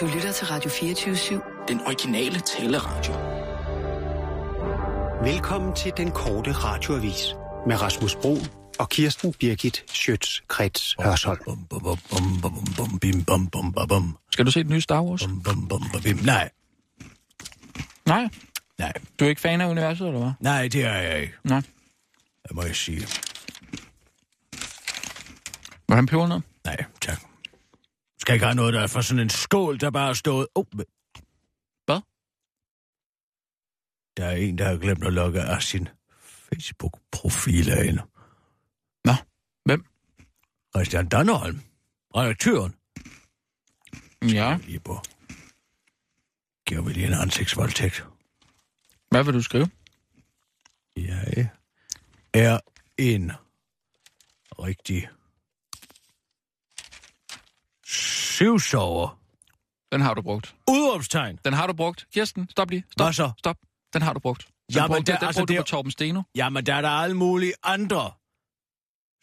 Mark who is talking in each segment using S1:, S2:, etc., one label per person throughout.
S1: Du lytter til Radio 24-7.
S2: Den originale taleradio.
S3: Velkommen til den korte radioavis med Rasmus Bro og Kirsten Birgit Schøtz-Krets Hørsholm.
S4: Bum, bum, bum, bum, bum, bum, bim, bum, bum, bum, bum.
S2: Skal du se den nye Star Wars?
S4: Bum, bum, bum, bum, bim. Nej,
S2: Nej.
S4: nej,
S2: Du er ikke fan af universet, eller hvad?
S4: nej, det er jeg ikke.
S2: Nej.
S4: Det må jeg sige.
S2: Var han pebernød?
S4: Nej, tak. Skal ikke have noget, der er fra sådan en skål, der bare er stået... Oh, men-
S2: Hvad?
S4: Der er en, der har glemt at logge af sin Facebook-profil af hende.
S2: Nå, hvem?
S4: Christian Dannerholm, redaktøren.
S2: Ja.
S4: Lige på. Giver vi lige en ansigtsvoldtægt.
S2: Hvad vil du skrive?
S4: Jeg er en rigtig syvsover.
S2: Den har du brugt.
S4: Udopstegn.
S2: Den har du brugt. Kirsten, stop lige. Stop,
S4: Hvad så?
S2: stop. Den har du brugt. Den
S4: Jamen,
S2: brugte,
S4: der-
S2: den
S4: altså,
S2: brugte
S4: det
S2: du
S4: er-
S2: på Torben Steno.
S4: Jamen, der er der alle mulige andre,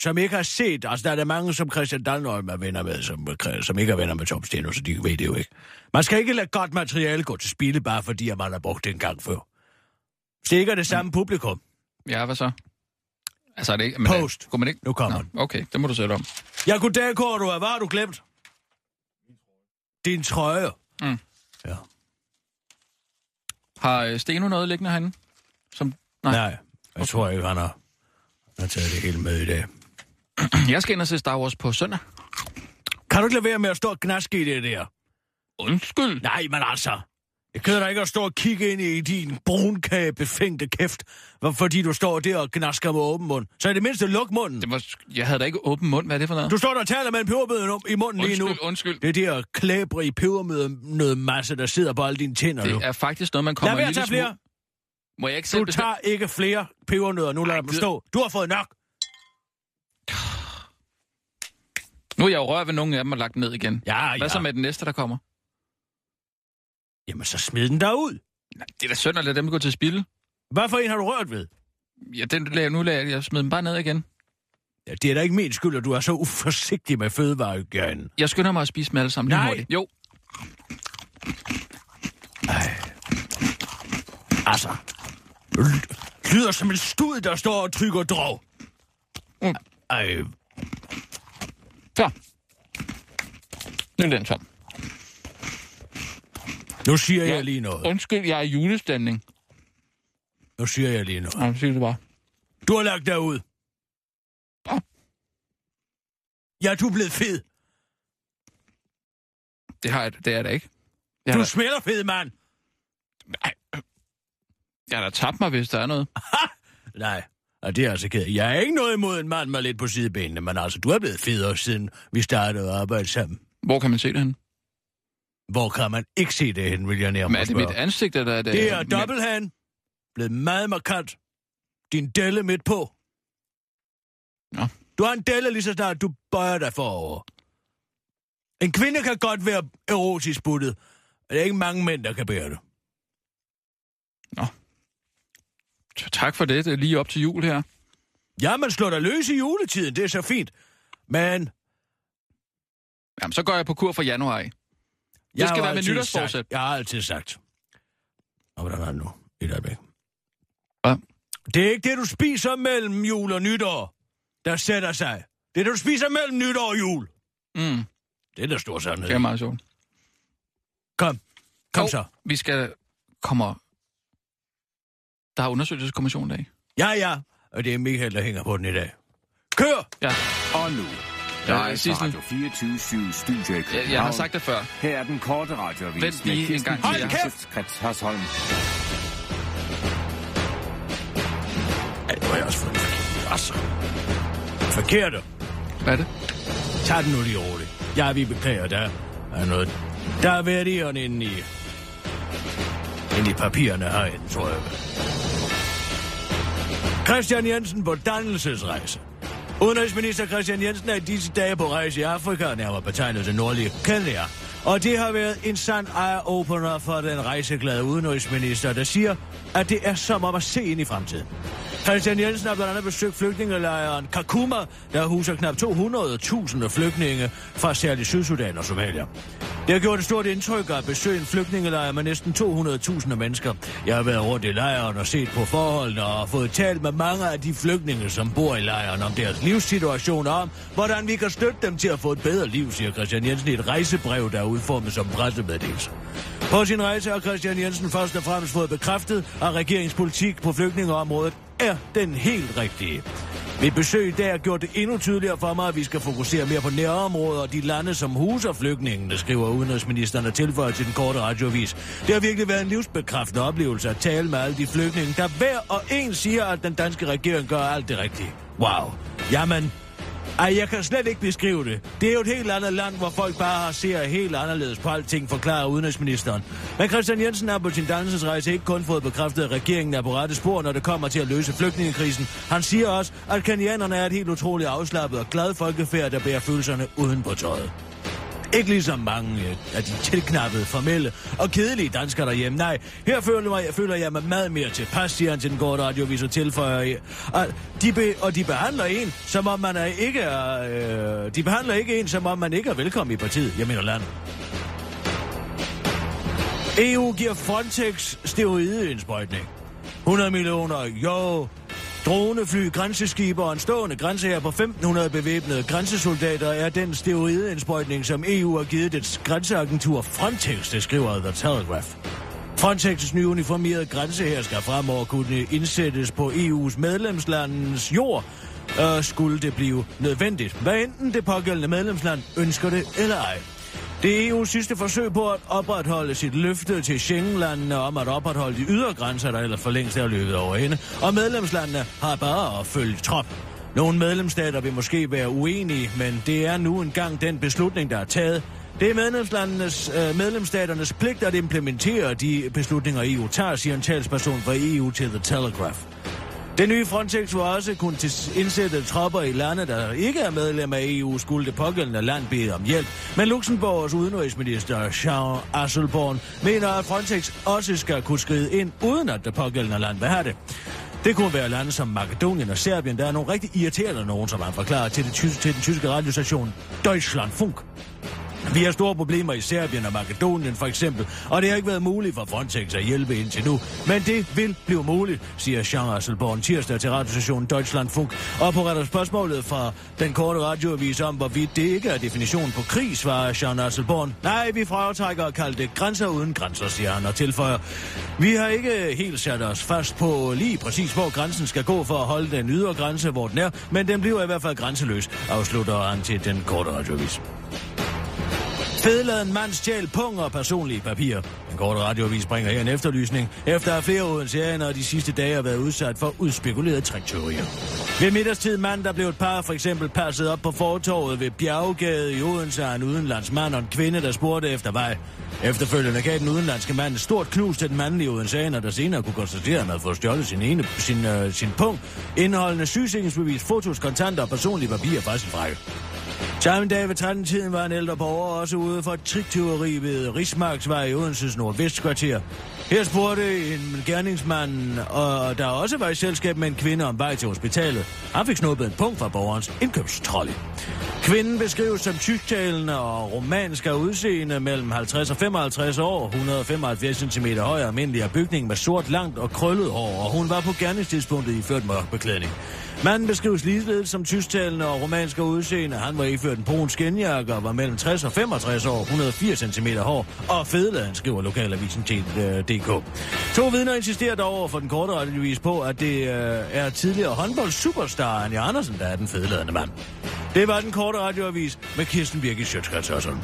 S4: som ikke har set. Altså, der er der mange, som Christian Dalnholm er venner med, som, som ikke er venner med Tom Steno, så de ved det jo ikke. Man skal ikke lade godt materiale gå til spilde, bare fordi, at man har brugt det en gang før. Hvis det ikke er det samme publikum.
S2: Ja, hvad så? Altså, er det ikke... Men
S4: Post.
S2: Det, kunne man ikke...
S4: Nu kommer den.
S2: Nå, okay, det må du sætte om.
S4: Ja, goddag, Korto. Hvad har du glemt? Din trøje.
S2: Mm.
S4: Ja.
S2: Har øh, Steno noget liggende herinde? Som... Nej.
S4: Nej, jeg tror ikke, han har, han har taget det hele med i dag.
S2: Jeg skal ind og se Star Wars på søndag.
S4: Kan du ikke lade være med at stå og gnaske i det der?
S2: Undskyld.
S4: Nej, men altså. Jeg keder dig ikke at stå og kigge ind i din brunkagebefængte kæft, hvor- fordi du står der og gnasker med åben mund. Så i det mindste luk munden.
S2: Det var... Jeg havde da ikke åben mund. Hvad er det for noget?
S4: Du står der og taler med en peberbøde om- i munden lige nu.
S2: Undskyld, undskyld.
S4: Det er der klæbre i pebernødmasse, der sidder på alle dine tænder nu.
S2: Det er faktisk noget, man
S4: Lad
S2: kommer
S4: være
S2: en
S4: at
S2: lille
S4: tage
S2: smule...
S4: flere.
S2: Må jeg ikke selv
S4: Du
S2: bestemme-
S4: tager ikke flere pebernødder. Nu lader dem
S2: det-
S4: stå. Du har fået nok.
S2: Nu er jeg jo rørt ved nogle af dem og lagt dem ned igen.
S4: Ja, ja.
S2: Hvad så med den næste, der kommer?
S4: Jamen, så smid den derud.
S2: Nej, det er da synd at lade dem gå til spil.
S4: Hvad for en har du rørt ved?
S2: Ja, den lagde, nu lagde jeg, jeg smed dem bare ned igen.
S4: Ja, det er da ikke min skyld, at du er så uforsigtig med fødevarehygiejnen.
S2: Jeg skynder mig at spise dem alle sammen lige
S4: Nej.
S2: hurtigt. Jo,
S4: Altså, l- lyder som en stud, der står og trykker drog.
S2: Mm.
S4: Ej,
S2: så. Nu er den tom.
S4: nu siger jeg lige noget.
S2: Undskyld, jeg er i julestemning.
S4: Nu siger jeg lige noget.
S2: Nej, sig det bare.
S4: Du har lagt dig ud.
S2: Hvad?
S4: Ja, du er blevet fed.
S2: Det, har jeg, det er jeg da ikke. Jeg har,
S4: Du
S2: da,
S4: smelter fed, mand.
S2: jeg har da tabt mig, hvis der er noget.
S4: Nej, og det er altså ked. Jeg er ikke noget imod en mand med lidt på sidebenene, men altså, du er blevet federe, siden vi startede at arbejde sammen.
S2: Hvor kan man se det henne?
S4: Hvor kan man ikke se det hen, vil jeg
S2: Men
S4: nærmere
S2: er det
S4: spørge.
S2: mit ansigt, eller er det...
S4: Det er
S2: Øh, men-
S4: dobbelthan. Blevet meget markant. Din delle midt på.
S2: Nå.
S4: Du har en delle lige så snart, du bøjer dig forover. En kvinde kan godt være erotisk buttet. men Det er ikke mange mænd, der kan bære det.
S2: T- Tak for det. Det er lige op til jul her.
S4: Ja, man slår dig løs i juletiden. Det er så fint. Men...
S2: Jamen, så går jeg på kur for januar. af.
S4: Jeg
S2: skal
S4: har
S2: være med
S4: altid
S2: nytårsforsæt.
S4: sagt- Jeg har altid sagt. Og hvordan er det nu? Et øjeblik.
S2: Hvad?
S4: Det er ikke det, du spiser mellem jul og nytår, der sætter sig. Det er det, du spiser mellem nytår og jul.
S2: Mm,
S4: Det er der stor sandhed.
S2: det er meget sjovt.
S4: Kom. Kom
S2: Hov,
S4: så.
S2: Vi skal... Kommer... Der er undersøgelseskommission i dag.
S4: Ja, ja. Og det er Michael, der hænger på den i dag. Kør!
S2: Ja,
S5: Og nu,
S2: Ja,
S5: live
S2: Sissel.
S5: fra Radio 24 Studio i
S2: jeg,
S5: København.
S2: jeg har sagt det før.
S5: Her er den korte radioavis
S2: Vent lige en
S5: med Kirsten
S2: gang til,
S4: jeg-
S5: Schøtzgrads Hasholm.
S4: Ej, det var jeg også for Altså. Forkert.
S2: Hvad er det?
S4: Tag den nu lige roligt. Ja, vi beklager, der er noget. Der er været iren inde i... Inde i papirerne herinde, tror jeg. Christian Jensen på dannelsesrejse. Udenrigsminister Christian Jensen er i disse dage på rejse i Afrika, nærmere betegnet det nordlige Kenya. Og det har været en sand eye-opener for den rejseglade udenrigsminister, der siger, at det er som om at se ind i fremtiden. Christian Jensen har blandt andet besøgt flygtningelejren Kakuma, der huser knap 200.000 flygtninge fra særligt Sydsudan og Somalia. Det har gjort et stort indtryk at besøge en flygtningelejr med næsten 200.000 mennesker. Jeg har været rundt i lejren og set på forholdene og fået talt med mange af de flygtninge, som bor i lejren om deres livssituation og om, hvordan vi kan støtte dem til at få et bedre liv, siger Christian Jensen i et rejsebrev, der er udformet som pressemeddelelse. På sin rejse har Christian Jensen først og fremmest fået bekræftet, at regeringspolitik på flygtningeområdet er den helt rigtige. Mit besøg i dag har gjort det endnu tydeligere for mig, at vi skal fokusere mere på nærområder og de lande, som huser flygtningene, skriver udenrigsministeren og tilføjer til den korte radiovis. Det har virkelig været en livsbekræftende oplevelse at tale med alle de flygtninge, der hver og en siger, at den danske regering gør alt det rigtige. Wow. Jamen, ej, jeg kan slet ikke beskrive det. Det er jo et helt andet land, hvor folk bare ser helt anderledes på alting, forklarer udenrigsministeren. Men Christian Jensen har på sin dannelsesrejse ikke kun fået bekræftet, at regeringen er på rette spor, når det kommer til at løse flygtningekrisen. Han siger også, at kenianerne er et helt utroligt afslappet og glad folkefærd, der bærer følelserne uden på tøjet. Ikke ligesom mange øh, af de tilknappede, formelle og kedelige danskere derhjemme. Nej, her føler jeg, føler jeg mig meget mere tilpas, siger han til den korte radiovis og tilføjer. Og de, be, og de behandler en, som om man er ikke er, øh, de behandler ikke en, som om man ikke er velkommen i partiet. Jeg mener landet. EU E giver Frontex steroideindsprøjtning. 100 millioner, jo. Dronefly, grænseskibe og en stående grænse her på 1500 bevæbnede grænsesoldater er den steroideindsprøjtning, som EU har givet dets grænseagentur Frontex, det skriver The Telegraph. Frontex' nye uniformerede grænseher skal fremover kunne indsættes på EU's medlemslandens jord, øh, skulle det blive nødvendigt, hvad enten det pågældende medlemsland ønsker det eller ej. Det er EU's sidste forsøg på at opretholde sit løfte til Schengenlandene om at opretholde de ydre grænser, der ellers for længst er løbet over hende, og medlemslandene har bare at følge trop. Nogle medlemsstater vil måske være uenige, men det er nu engang den beslutning, der er taget. Det er medlemslandenes, øh, medlemsstaternes pligt at implementere de beslutninger, EU tager, siger en talsperson fra EU til The Telegraph. Den nye Frontex vil også kunne tis- indsætte tropper i lande, der ikke er medlem af EU, skulle det pågældende land bede om hjælp. Men Luxembourgs udenrigsminister Jean Asselborn mener, at Frontex også skal kunne skride ind, uden at det pågældende land vil have det. Det kunne være lande som Makedonien og Serbien, der er nogle rigtig irriterende nogen, som han forklarer til, det ty- til den tyske radiostation Deutschlandfunk. Vi har store problemer i Serbien og Makedonien for eksempel, og det har ikke været muligt for Frontex at hjælpe indtil nu. Men det vil blive muligt, siger Jean Asselborn tirsdag til radiostationen Deutschland Funk. Og på retter spørgsmålet fra den korte radioavis om, hvorvidt det ikke er definitionen på krig, svarer Jean Asselborn. Nej, vi foretrækker at kalde det grænser uden grænser, siger han og tilføjer. Vi har ikke helt sat os fast på lige præcis, hvor grænsen skal gå for at holde den ydre grænse, hvor den er, men den bliver i hvert fald grænseløs, afslutter han til den korte radioavis. Fedladen mand stjæl pung og personlige papirer. Den korte radioavis bringer her en efterlysning, efter at flere odenseaner de sidste dage har været udsat for udspekulerede triktyverier. Ved middagstid mand, der blev et par for eksempel passet op på fortorvet ved Bjerggade i Odense af en udenlands mand og en kvinde, der spurgte efter vej. Efterfølgende gav den udenlandske mand et stort knus til den mandlige odenseaner, der senere kunne konstatere, at han havde fået stjålet sin, ene, sin, øh, sin punkt, indeholdende sygesikringsbevis, fotos, kontanter og personlige papirer fra sin frakke. Samme dag ved 13-tiden var en ældre borger også ude for et triktyveri ved Rigsmarksvej i Odenses nordvestkvarter. Her spurgte en gerningsmand, og der også var i selskab med en kvinde om vej til hospitalet. Han fik snuppet en punkt fra borgerens indkøbstrolle. Kvinden beskrives som tysktalende og romansk af udseende mellem 50 og 55 år, 175 cm høj og almindelig af bygning med sort langt og krøllet hår, og hun var på gerningstidspunktet iført mørk beklædning. Manden beskrives ligeledes som tysktalende og romansk af udseende. Han var iført en brun skinjakke og var mellem 60 og 65 år, 180 cm hård og fedladen, skriver lokalavisen til øh, DK. To vidner insisterer dog over for den korte radiovis på, at det øh, er tidligere håndboldsuperstar Anja Andersen, der er den fedladende mand. Det var den korte radioavis med Kirsten Birgit Sjøtskrets Hørsholm.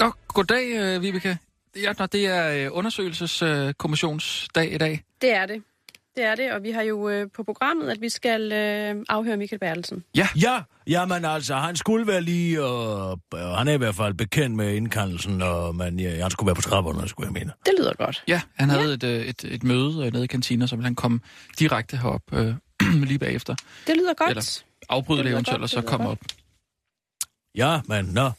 S2: Nå, goddag, øh, Vibeke. Ja, nå, det er øh, undersøgelseskommissionsdag i dag.
S6: Det er det. Det er det, og vi har jo øh, på programmet, at vi skal øh, afhøre Michael Bertelsen.
S4: Ja, jamen altså, han skulle være lige, og øh, han er i hvert fald bekendt med indkaldelsen, og man, ja, han skulle være på trapperne, skulle jeg mene.
S6: Det lyder godt.
S2: Ja, han havde et, øh, et, et møde øh, nede i kantiner, så ville han komme direkte herop øh, lige bagefter.
S6: Det lyder godt.
S2: Eller- Afbryde
S6: Det
S2: det
S6: lyder
S2: eventuelt,
S6: godt,
S2: og så
S6: det lyder
S2: komme op.
S6: godt.
S4: Ja, men nå.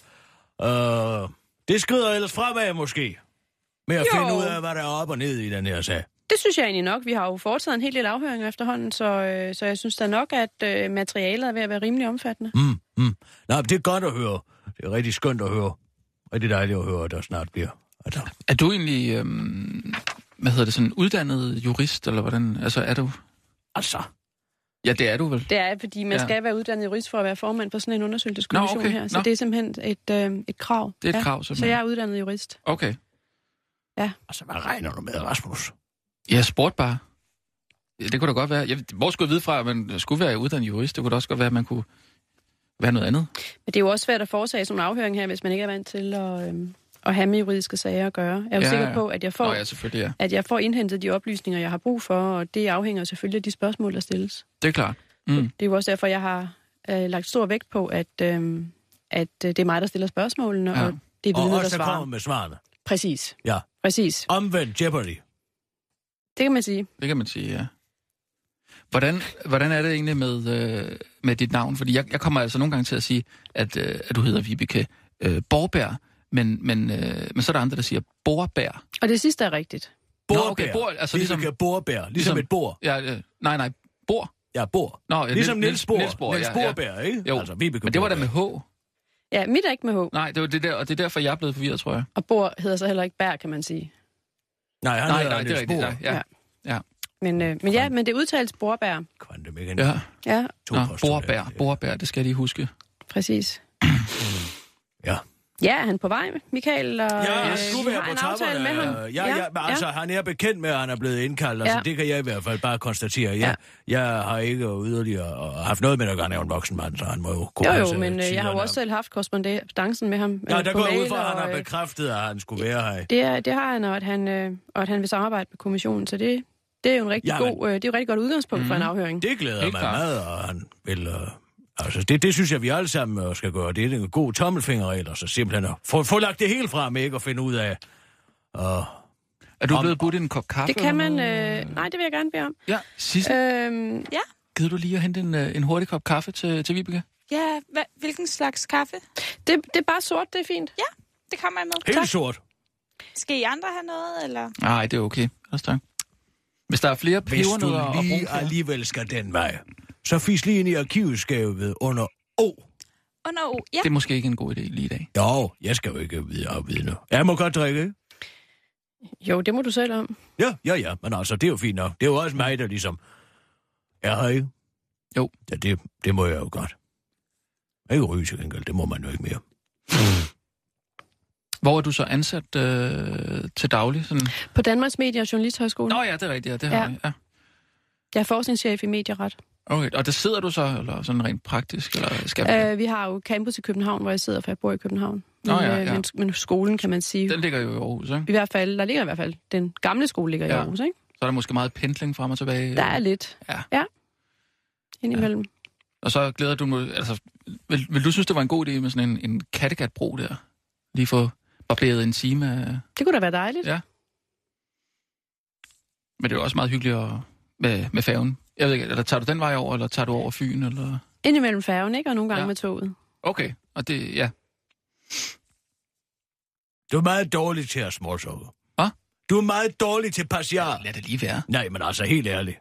S4: Øh, det skrider ellers fremad, måske. med at
S6: Jo.
S4: jo. finde ud af, hvad der er op og ned i den her sag.
S6: Det synes jeg egentlig nok. Vi har jo foretaget en hel del afhøringer efterhånden, så, øh, så jeg synes da nok, at øh, materialet er ved at være rimelig omfattende.
S4: Mm, mm. Nå, men det er godt at høre. Det er rigtig skønt at høre. Rigtig dejligt at høre, at der snart bliver. Altså,
S2: Er du egentlig, øhm, hvad hedder det, sådan uddannet jurist, eller hvordan? Altså, er du...
S4: altså.
S2: Ja, det er du vel.
S6: Det er, fordi man
S2: Ja.
S6: ja. skal være uddannet jurist for at være formand på sådan en undersøgelseskommission
S2: Nå, okay.
S6: her. Så
S2: Nå.
S6: det er simpelthen et, øh, et krav.
S2: Det er et
S6: ja.
S2: krav,
S6: Så
S2: simpelthen.
S6: jeg er uddannet jurist.
S2: Okay.
S4: Altså, hvad regner du med, Rasmus?
S2: Jeg spurgte bare. Ja, Det kunne da godt være. Jeg, hvor skulle jeg vide fra, at man skulle være uddannet jurist? Det kunne da også godt være, at man kunne være noget andet.
S6: Men det er jo også svært at foretage sådan en afhøring her, hvis man ikke er vant til at, øh, at have med juridiske sager at gøre. Jeg er jo
S2: Ja,
S6: ja, sikker
S2: ja.
S6: på, at jeg får...
S2: Nå ja, selvfølgelig, ja.
S6: at jeg får indhentet de oplysninger, jeg har brug for, og det afhænger selvfølgelig af de spørgsmål, der stilles.
S2: Det er klart. Mm.
S6: Det er jo også derfor, jeg har øh, lagt stor vægt på, at, øh, at øh, det er mig, der stiller spørgsmålene,
S2: Ja.
S6: ja. og det er
S4: Og
S6: vidnet, der
S4: også der
S6: svarer.
S4: kommer med svarene.
S6: Præcis.
S4: Ja.
S6: Præcis.
S4: Omvendt Jeopardy.
S6: Det kan man sige.
S2: Det kan man sige, ja. Hvordan, hvordan er det egentlig med, øh, med dit navn? Fordi jeg, jeg kommer altså nogle gange til at sige, at, øh, at du hedder Vibeke øh, Borberg, men, men, øh, men så er der andre, der siger Borbær.
S6: Og det sidste er rigtigt.
S2: Nå,
S4: Borbær.
S2: okay, bor- altså
S4: ligesom,
S2: ligesom-
S4: borbær. Ligesom, ligesom,
S2: ligesom-
S4: et bord.
S2: Ja, øh, nej, nej, Bor.
S4: Ja, bord.
S2: Nå, ja,
S4: Ligesom Niels Bohr.
S2: Niels Bohr,
S4: Niels
S2: ja, ja.
S4: Borbær, ikke?
S2: Jo,
S4: Altså, Vibeke
S2: men det var da
S4: Borbær.
S2: med H.
S6: Ja, mit er ikke med H,
S2: Nej, det var det der, og det er derfor, jeg er blevet forvirret, tror jeg.
S6: og Bor hedder så heller ikke Bær, kan man sige.
S4: Nej, han
S2: Nej,
S4: hedder
S2: nej, det er
S4: Niels
S2: rigtigt.
S4: Bohr.
S2: Nej, ja.
S6: Ja. Men, øh, men ja, men det udtales Borbær.
S4: Kvantemekanik.
S2: ja.
S6: Ja,
S4: To
S2: Nå,
S4: postulater.
S2: Borbær, Borbær, det skal jeg lige huske.
S6: præcis.
S4: Ja.
S6: Ja, er han på vej, Michael? Og,
S4: Ja, han
S6: øh,
S4: skulle
S6: vi
S4: være
S6: har
S4: på
S6: en aftale med ham.
S4: trapperne. Ja, ja, men altså, han er bekendt med, at han er blevet indkaldt. Altså,
S6: Ja.
S4: det kan jeg i hvert fald bare konstatere. Jeg, jeg har ikke yderligere og haft noget med at gøre, han er jo en voksen mand, så han må jo kunne
S6: Jo, jo,
S4: altså
S6: men øh,
S4: sige,
S6: jeg har jo
S4: han er-
S6: også selv haft korrespondancen med ham.
S4: Nå,
S6: øh,
S4: der
S6: på
S4: går jeg ud
S6: mail,
S4: fra, at han
S6: og,
S4: har
S6: øh,
S4: bekræftet, at han skulle være her.
S6: Det, er, det har han, og at han, øh, og at han vil samarbejde med kommissionen, så det, det er jo en rigtig
S4: Jamen.
S6: god, øh, det er jo et rigtig godt udgangspunkt mm. for en
S2: Mhm.
S6: afhøring. Det...
S4: Det glæder
S2: Helt
S4: mig
S2: klart.
S4: meget, og han vil... Øh, altså, det, det synes jeg, vi alle sammen øh, skal gøre. Det er en god tommelfinger ellers, så simpelthen at få, få lagt det helt frem, ikke? Og finde ud af... Og,
S2: Er du
S4: Om-
S2: blevet budt en kop kaffe?
S6: Det kan
S2: eller
S6: man...
S2: noget?
S6: Øh, nej, det vil jeg gerne bede om.
S2: Ja, Sisse,
S6: Øhm, ja,
S2: gider du lige at hente en, øh, en hurtig kop kaffe til, til Vibeke?
S7: Ja, hva, hvilken slags kaffe?
S6: det, det er bare sort, det er fint. Ja.
S7: Det kommer jeg med.
S4: helt sort.
S7: Skal I andre have noget, eller?
S2: Nej, det er okay. Ellers tak. Hvis der er flere
S4: Hvis du
S2: pebernødder og
S4: lige
S2: brunkager-
S4: alligevel skal den vej, så fisk lige ind i arkivskabet under O.
S7: Under O, ja.
S2: Det er måske ikke en god idé lige i dag.
S4: Jo, jeg skal jo ikke videre og vidne. Jeg må godt drikke, ikke?
S6: Jo, det må du selv om.
S4: Ja, ja, ja, men altså, det er jo fint nok. Det er jo også mig, der ligesom er her, ikke?
S2: Jo.
S4: Ja, det, det må jeg jo godt. Ikke ryge til gengæld, det må man jo ikke mere.
S2: Hvor er du så ansat øh, til daglig? Sådan...
S6: På Danmarks Medie- og Journalisthøjskole.
S2: Nå ja, det er rigtigt, ja, det har
S6: Ja.
S2: jeg. Ja.
S6: Jeg er forskningschef i medieret.
S2: Okay, og der sidder du så, eller sådan rent praktisk, eller skal øh...
S6: Øh, vi har jo campus i København, hvor jeg sidder, for jeg bor i København.
S2: Nå,
S6: Men,
S2: ja,
S6: øh,
S2: ja.
S6: Men, men skolen, kan man sige. Den...
S2: Den ligger jo i Aarhus, ikke?
S6: I hvert fald, der ligger i hvert fald, den gamle skole ligger ja.
S2: Ja.
S6: i Aarhus, ikke?
S2: Så er der måske meget pendling frem og tilbage.
S6: Der er lidt.
S2: Ja.
S6: ja. Indimellem.
S2: Og så glæder du mig... Altså, vil, vil du synes, det var en god idé med sådan en, en Kattegat-bro der? Lige få barberet en time af...
S6: Det kunne da være dejligt.
S2: Ja. Men det er jo også meget hyggeligt at, med, med færgen. Jeg ved ikke, eller tager du den vej over, eller tager du over Fyn, eller...
S6: Indimellem færgen, ikke? Og nogle gange
S2: Ja.
S6: ja. med toget.
S2: Okay, og det, ja.
S4: Du er meget dårlig til at småsukke.
S2: Hvad?
S4: Du er meget dårlig til passiar.
S2: Lad det lige være.
S4: Nej, men altså, helt ærligt.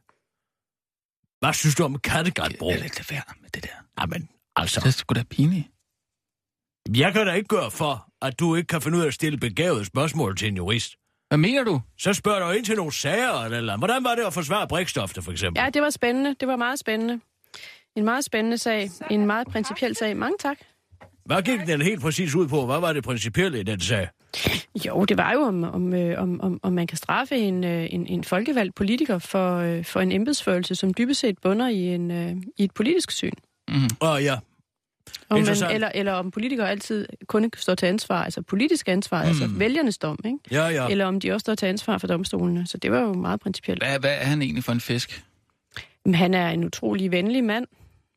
S4: Hvad synes du om Kattegatbro?
S2: Lad det være med det der.
S4: Jamen,
S2: Det er
S4: altså,
S2: sgu da pinligt.
S4: jeg kan da ikke gøre for, at du ikke kan finde ud af at stille begavede spørgsmål til en jurist.
S2: Hvad mener du?
S4: Så spørger du ind til nogle sager eller et eller andet. Hvordan var det at forsvare brækstofte, for eksempel?
S6: Ja, det var spændende. Det var meget spændende. En meget spændende sag. En meget principiel sag. Mange tak.
S4: Hvad gik den helt præcis ud på? Hvad var det principielle i den sag?
S6: Jo, det var jo, om, om, øh, om, om, om man kan straffe en, øh, en, en folkevalgt politiker for, øh, for en embedsførelse, som dybest set bunder i, en, øh, i et politisk syn.
S4: Åh ja,
S6: Om
S4: Interessant.
S6: man, eller, eller om politikere altid kun står til ansvar, altså politisk ansvar, mm. altså vælgernes dom, ikke?
S4: ja, ja.
S6: Eller om de også står til ansvar for domstolene. Så det var jo meget principielt.
S2: Hvad, hvad er han egentlig for en fisk?
S6: Men Han er en utrolig venlig mand.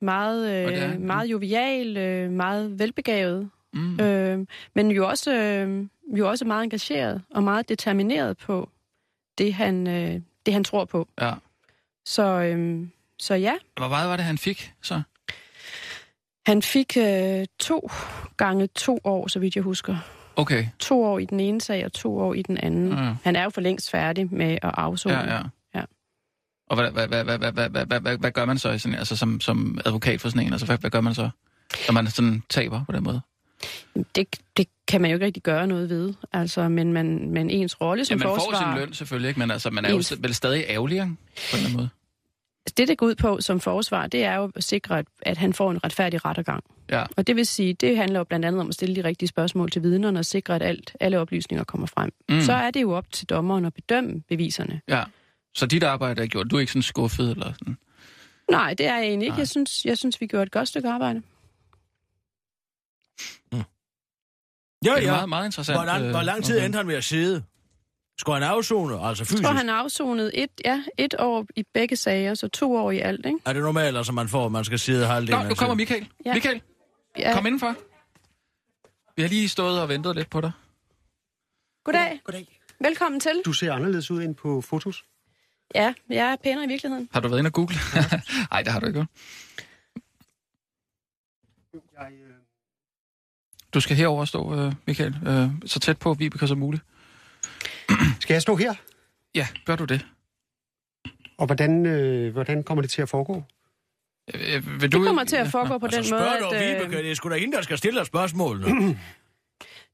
S6: Meget,
S2: Og det er
S6: øh,
S2: han.
S6: meget jovial, øh, meget velbegavet.
S2: Mm.
S6: Øh, men jo også, øh, jo også meget engageret og meget determineret på det, han, øh, det, han tror på.
S2: Ja.
S6: Så, øh, så ja,
S2: Hvor meget var det, han fik, så?
S6: han fik øh, to gange to år, så vidt jeg husker.
S2: Okay,
S6: To år i den ene sag og to år i den anden.
S2: Ja.
S6: Han er jo for længst færdig med at afzone.
S2: Mm. ja, ja.
S6: Ja.
S2: Og hvad, hvad, hvad, hvad, hvad, hvad, hvad, hvad, hvad, hvad gør man så i sådan, altså som, som advokat for sådan en? Altså, hvad, hvad gør man så, når man sådan taber på den måde?
S6: Det, det kan man jo ikke rigtig gøre noget ved. Altså, men, man, men ens rolle
S2: Ja,
S6: som
S2: man
S6: forsvarer...
S2: får sin løn selvfølgelig, ikke? men altså, man er jo
S6: Ens-
S2: st- vel stadig ærgerlig, ikke? på en eller anden måde.
S6: Det, det går ud på som forsvar, det er jo at sikre, at, at han får en retfærdig rettergang.
S2: Ja.
S6: Og det vil sige, det handler jo blandt andet om at stille de rigtige spørgsmål til vidnerne og sikre, at alt, alle oplysninger kommer frem.
S2: Mm.
S6: Mm. Så er det jo op til dommeren at bedømme beviserne.
S2: ja. Så dit arbejde er gjort. Du er ikke sådan skuffet eller sådan?
S6: Nej, det er jeg egentlig ikke.
S2: Nej.
S6: Jeg synes, jeg synes, vi gjorde et godt stykke arbejde.
S4: Ja,
S2: Det er
S4: ja.
S2: meget, meget interessant.
S4: Hvor lang,
S2: øh,
S4: hvor lang tid
S2: okay.
S4: endte han med at sidde? Skulle han afzone, altså
S6: Jeg
S4: fysisk?
S6: tror, han har afsonet et, ja, et år i begge sager, så to år i alt, ikke?
S4: Er det normalt, altså man får, at man skal sidde halvdelen?
S2: Nå, nu kommer Michael. Ja.
S6: Ja.
S2: Michael,
S6: Ja.
S2: kom indenfor. Vi har lige stået og ventet lidt på dig.
S6: Goddag.
S3: Goddag.
S6: Velkommen til.
S3: Du ser anderledes ud end på fotos.
S6: Ja, jeg er pænere i virkeligheden.
S2: Har du været inde og google? Nej, det har du ikke.
S3: Jeg, øh...
S2: Du skal herover stå, øh, Michael, øh, så tæt på Vibeke som muligt.
S3: Skal jeg stå her?
S2: Ja, gør du det.
S3: Og hvordan, øh, hvordan kommer det til at foregå?
S2: Øh, vil du...
S6: Det kommer til at foregå på den
S4: Altså,
S6: måde,
S4: spørg dog,
S6: at... øh,
S4: Vibeke, det er sgu da hende, der skal stille dig spørgsmålene.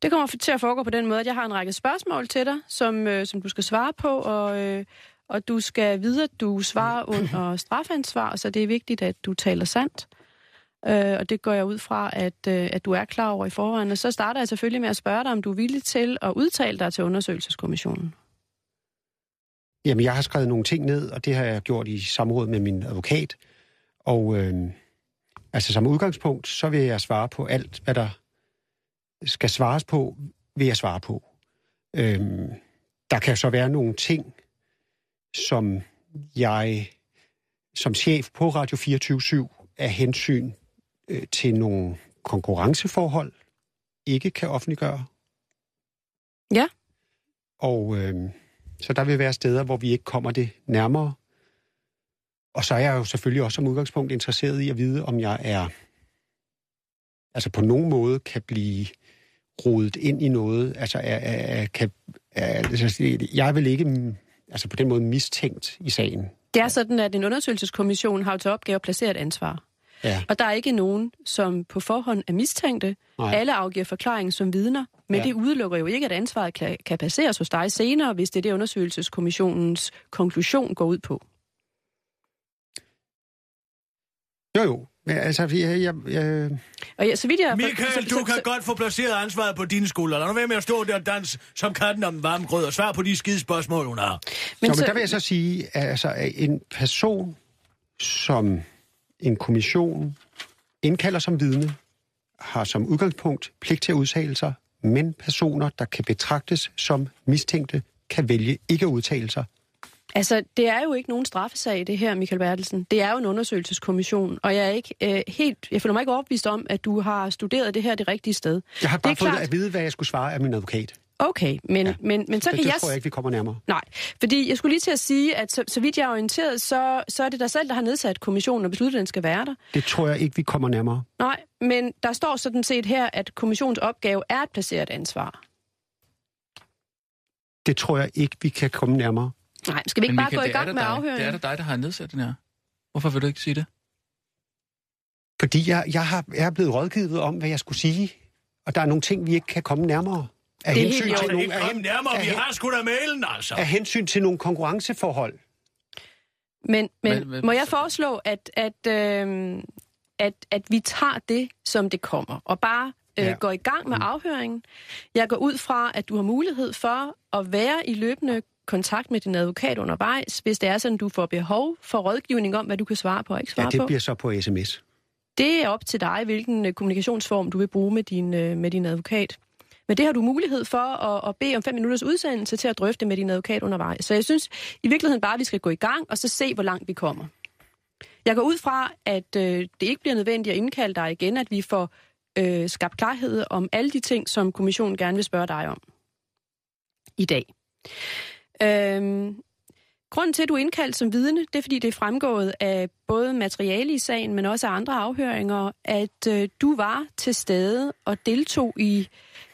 S6: Det kommer til at foregå på den måde, at jeg har en række spørgsmål til dig, som, øh, som du skal svare på, og, øh, og du skal vide, at du svarer under strafansvar, så det er vigtigt, at du taler sandt. Øh, og det går jeg ud fra, at, øh, at du er klar over i forvejen. Og så starter jeg selvfølgelig med at spørge dig, om du er villig til at udtale dig til undersøgelseskommissionen.
S3: Jamen, jeg har skrevet nogle ting ned, og det har jeg gjort i samråd med min advokat. Og øh, altså som udgangspunkt, så vil jeg svare på alt, hvad der skal svares på, vil jeg svare på. Øh, der kan så være nogle ting, som jeg som chef på Radio 24 af hensyn øh, til nogle konkurrenceforhold ikke kan offentliggøre.
S6: Ja.
S3: Og... Øh, så der vil være steder, hvor vi ikke kommer det nærmere. Og så er jeg jo selvfølgelig også som udgangspunkt interesseret i at vide, om jeg er altså på nogen måde kan blive rodet ind i noget. Altså, er, er, er- kan, er, altså jeg vil ikke mm, altså på den måde mistænkt i sagen.
S6: Det er sådan, at en undersøgelseskommission har jo til opgave at placere et ansvar.
S3: Ja,
S6: Og der er ikke nogen, som på forhånd er mistænkte.
S3: Nej.
S6: Nej. Alle afgiver forklaring som vidner, men
S3: Ja.
S6: ja. det udelukker jo ikke, at ansvaret kan, kan placeres hos dig senere, hvis det er det, undersøgelseskommissionens konklusion går ud på.
S3: jo jo. Men altså, jeg, jeg, jeg,
S6: Og ja, så vidt jeg...
S4: Michael,
S6: så,
S4: du kan
S6: så,
S4: godt få placeret ansvaret på dine skuldre. Lad nu være med at stå der og danse som katten om en varm grød og svare på de skide spørgsmål, hun har.
S3: Men,
S6: Men
S3: Nå, men
S6: så-
S3: der vil jeg så sige, at altså, at en person, som en kommission indkalder som vidne, har som udgangspunkt pligt til at udtale sig, men personer, der kan betragtes som mistænkte, kan vælge ikke at udtale sig.
S6: Altså, det er jo ikke nogen straffesag, det her, Michael Bertelsen. Det er jo en undersøgelseskommission, og jeg er ikke øh, helt... Jeg føler mig ikke overbevist om, at du har studeret det her det rigtige sted.
S3: Jeg har
S6: det
S3: bare
S6: er
S3: fået
S6: klart.
S3: at vide, hvad jeg skulle svare af min advokat.
S6: Okay, men, ja. men, men, men så
S3: det
S6: kan
S3: det
S6: jeg...
S3: tror jeg ikke, vi kommer nærmere.
S6: Nej, fordi jeg skulle lige til at sige, at så, så vidt jeg er orienteret, så, så er det dig selv, der har nedsat kommissionen og besluttet, at den skal være der.
S3: Det tror jeg ikke, vi kommer nærmere.
S6: Nej, men der står sådan set her, at kommissionens opgave er at placere et ansvar.
S3: Det tror jeg ikke, vi kan komme nærmere.
S6: Nej, skal vi ikke
S2: Men
S6: bare
S2: Michael,
S6: gå i
S2: det er
S6: gang
S2: da
S6: med
S2: dig, Det er da
S6: afhøringen?
S2: dig, der har nedsat den her. Hvorfor vil du ikke sige det?
S3: Fordi jeg, jeg, har, jeg er blevet rådgivet om, hvad jeg skulle sige, og der er nogle ting, vi ikke kan komme nærmere. Af
S6: Det er helt i
S3: hensyn
S6: orden.
S3: til
S4: Altså,
S3: nogle,
S4: ikke
S3: af,
S4: kom nærmere, vi
S3: af,
S4: har sgu da mailen, altså.
S3: af hensyn til nogle konkurrenceforhold.
S6: Men,
S2: Men-
S6: men,
S2: men-
S6: må jeg foreslå, at, at, øh, at, at vi tager det, som det kommer, og bare øh,
S3: Ja.
S6: går i gang
S2: Mm.
S6: med afhøringen? Jeg går ud fra, at du har mulighed for at være i løbende kontakt med din advokat undervejs, hvis det er sådan, du får behov for rådgivning om, hvad du kan svare på og ikke svare
S3: Ja, det
S6: på.
S3: bliver så på sms.
S6: Det er op til dig, hvilken øh, kommunikationsform du vil bruge med din, øh, med din advokat. Men det har du mulighed for at, at bede om fem minutters udsendelse til at drøfte det med din advokat undervejs. Så jeg synes i virkeligheden bare, at vi skal gå i gang og så se, hvor langt vi kommer. Jeg går ud fra, at øh, det ikke bliver nødvendigt at indkalde dig igen, at vi får øh, skabt klarhed om alle de ting, som kommissionen gerne vil spørge dig om i dag. Øhm, Grunden til, at du er indkaldt som vidne, det er, fordi det er fremgået af både materiale i sagen, men også af andre afhøringer, at øh, du var til stede og deltog i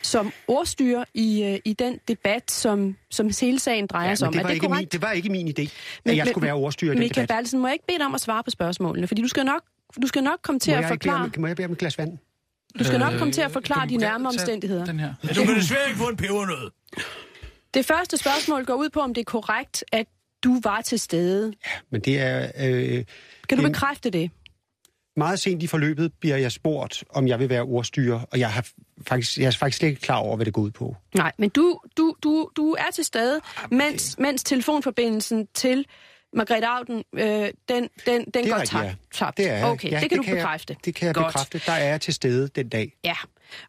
S6: som ordstyre i, øh, i den debat, som, som hele sagen drejer sig altså,
S3: men
S6: om.
S3: det,
S6: er
S3: var
S6: det
S3: ikke
S6: korrekt?
S3: min, det var ikke min idé, at
S6: Men-
S3: jeg
S6: men-
S3: skulle være overstyret i den
S6: Michael
S3: debat.
S6: Bertelsen, må jeg ikke bede dig om at svare på spørgsmålene? Fordi du skal nok, du skal nok komme til
S3: Må
S6: at
S3: jeg, ikke bede
S6: forklare,
S3: om, må jeg bede om Øh, et glas vand?
S6: du skal
S2: Øh,
S6: nok komme til at forklare de nærmere omstændigheder.
S2: Den her.
S4: Du kan desværre ikke få en pebernød.
S6: Det første spørgsmål går ud på, om det er korrekt, at du var til stede.
S3: Men det er øh,
S6: Kan du
S3: Jamen-
S6: bekræfte det?
S3: meget sent i forløbet, bliver jeg spurgt, om jeg vil være ordstyre, og jeg, har faktisk, jeg er faktisk slet ikke klar over, hvad det går ud på.
S6: Nej, men du, du, du, du er til stede, mens, mens telefonforbindelsen til Margrethe Augen, øh, den, den, den går
S3: rigtigt,
S6: tabt. tabt.
S3: Det er,
S6: okay, det kan du bekræfte.
S3: Jeg, det kan jeg
S6: Godt.
S3: Godt. bekræfte. Der er jeg til stede den dag.
S6: Ja,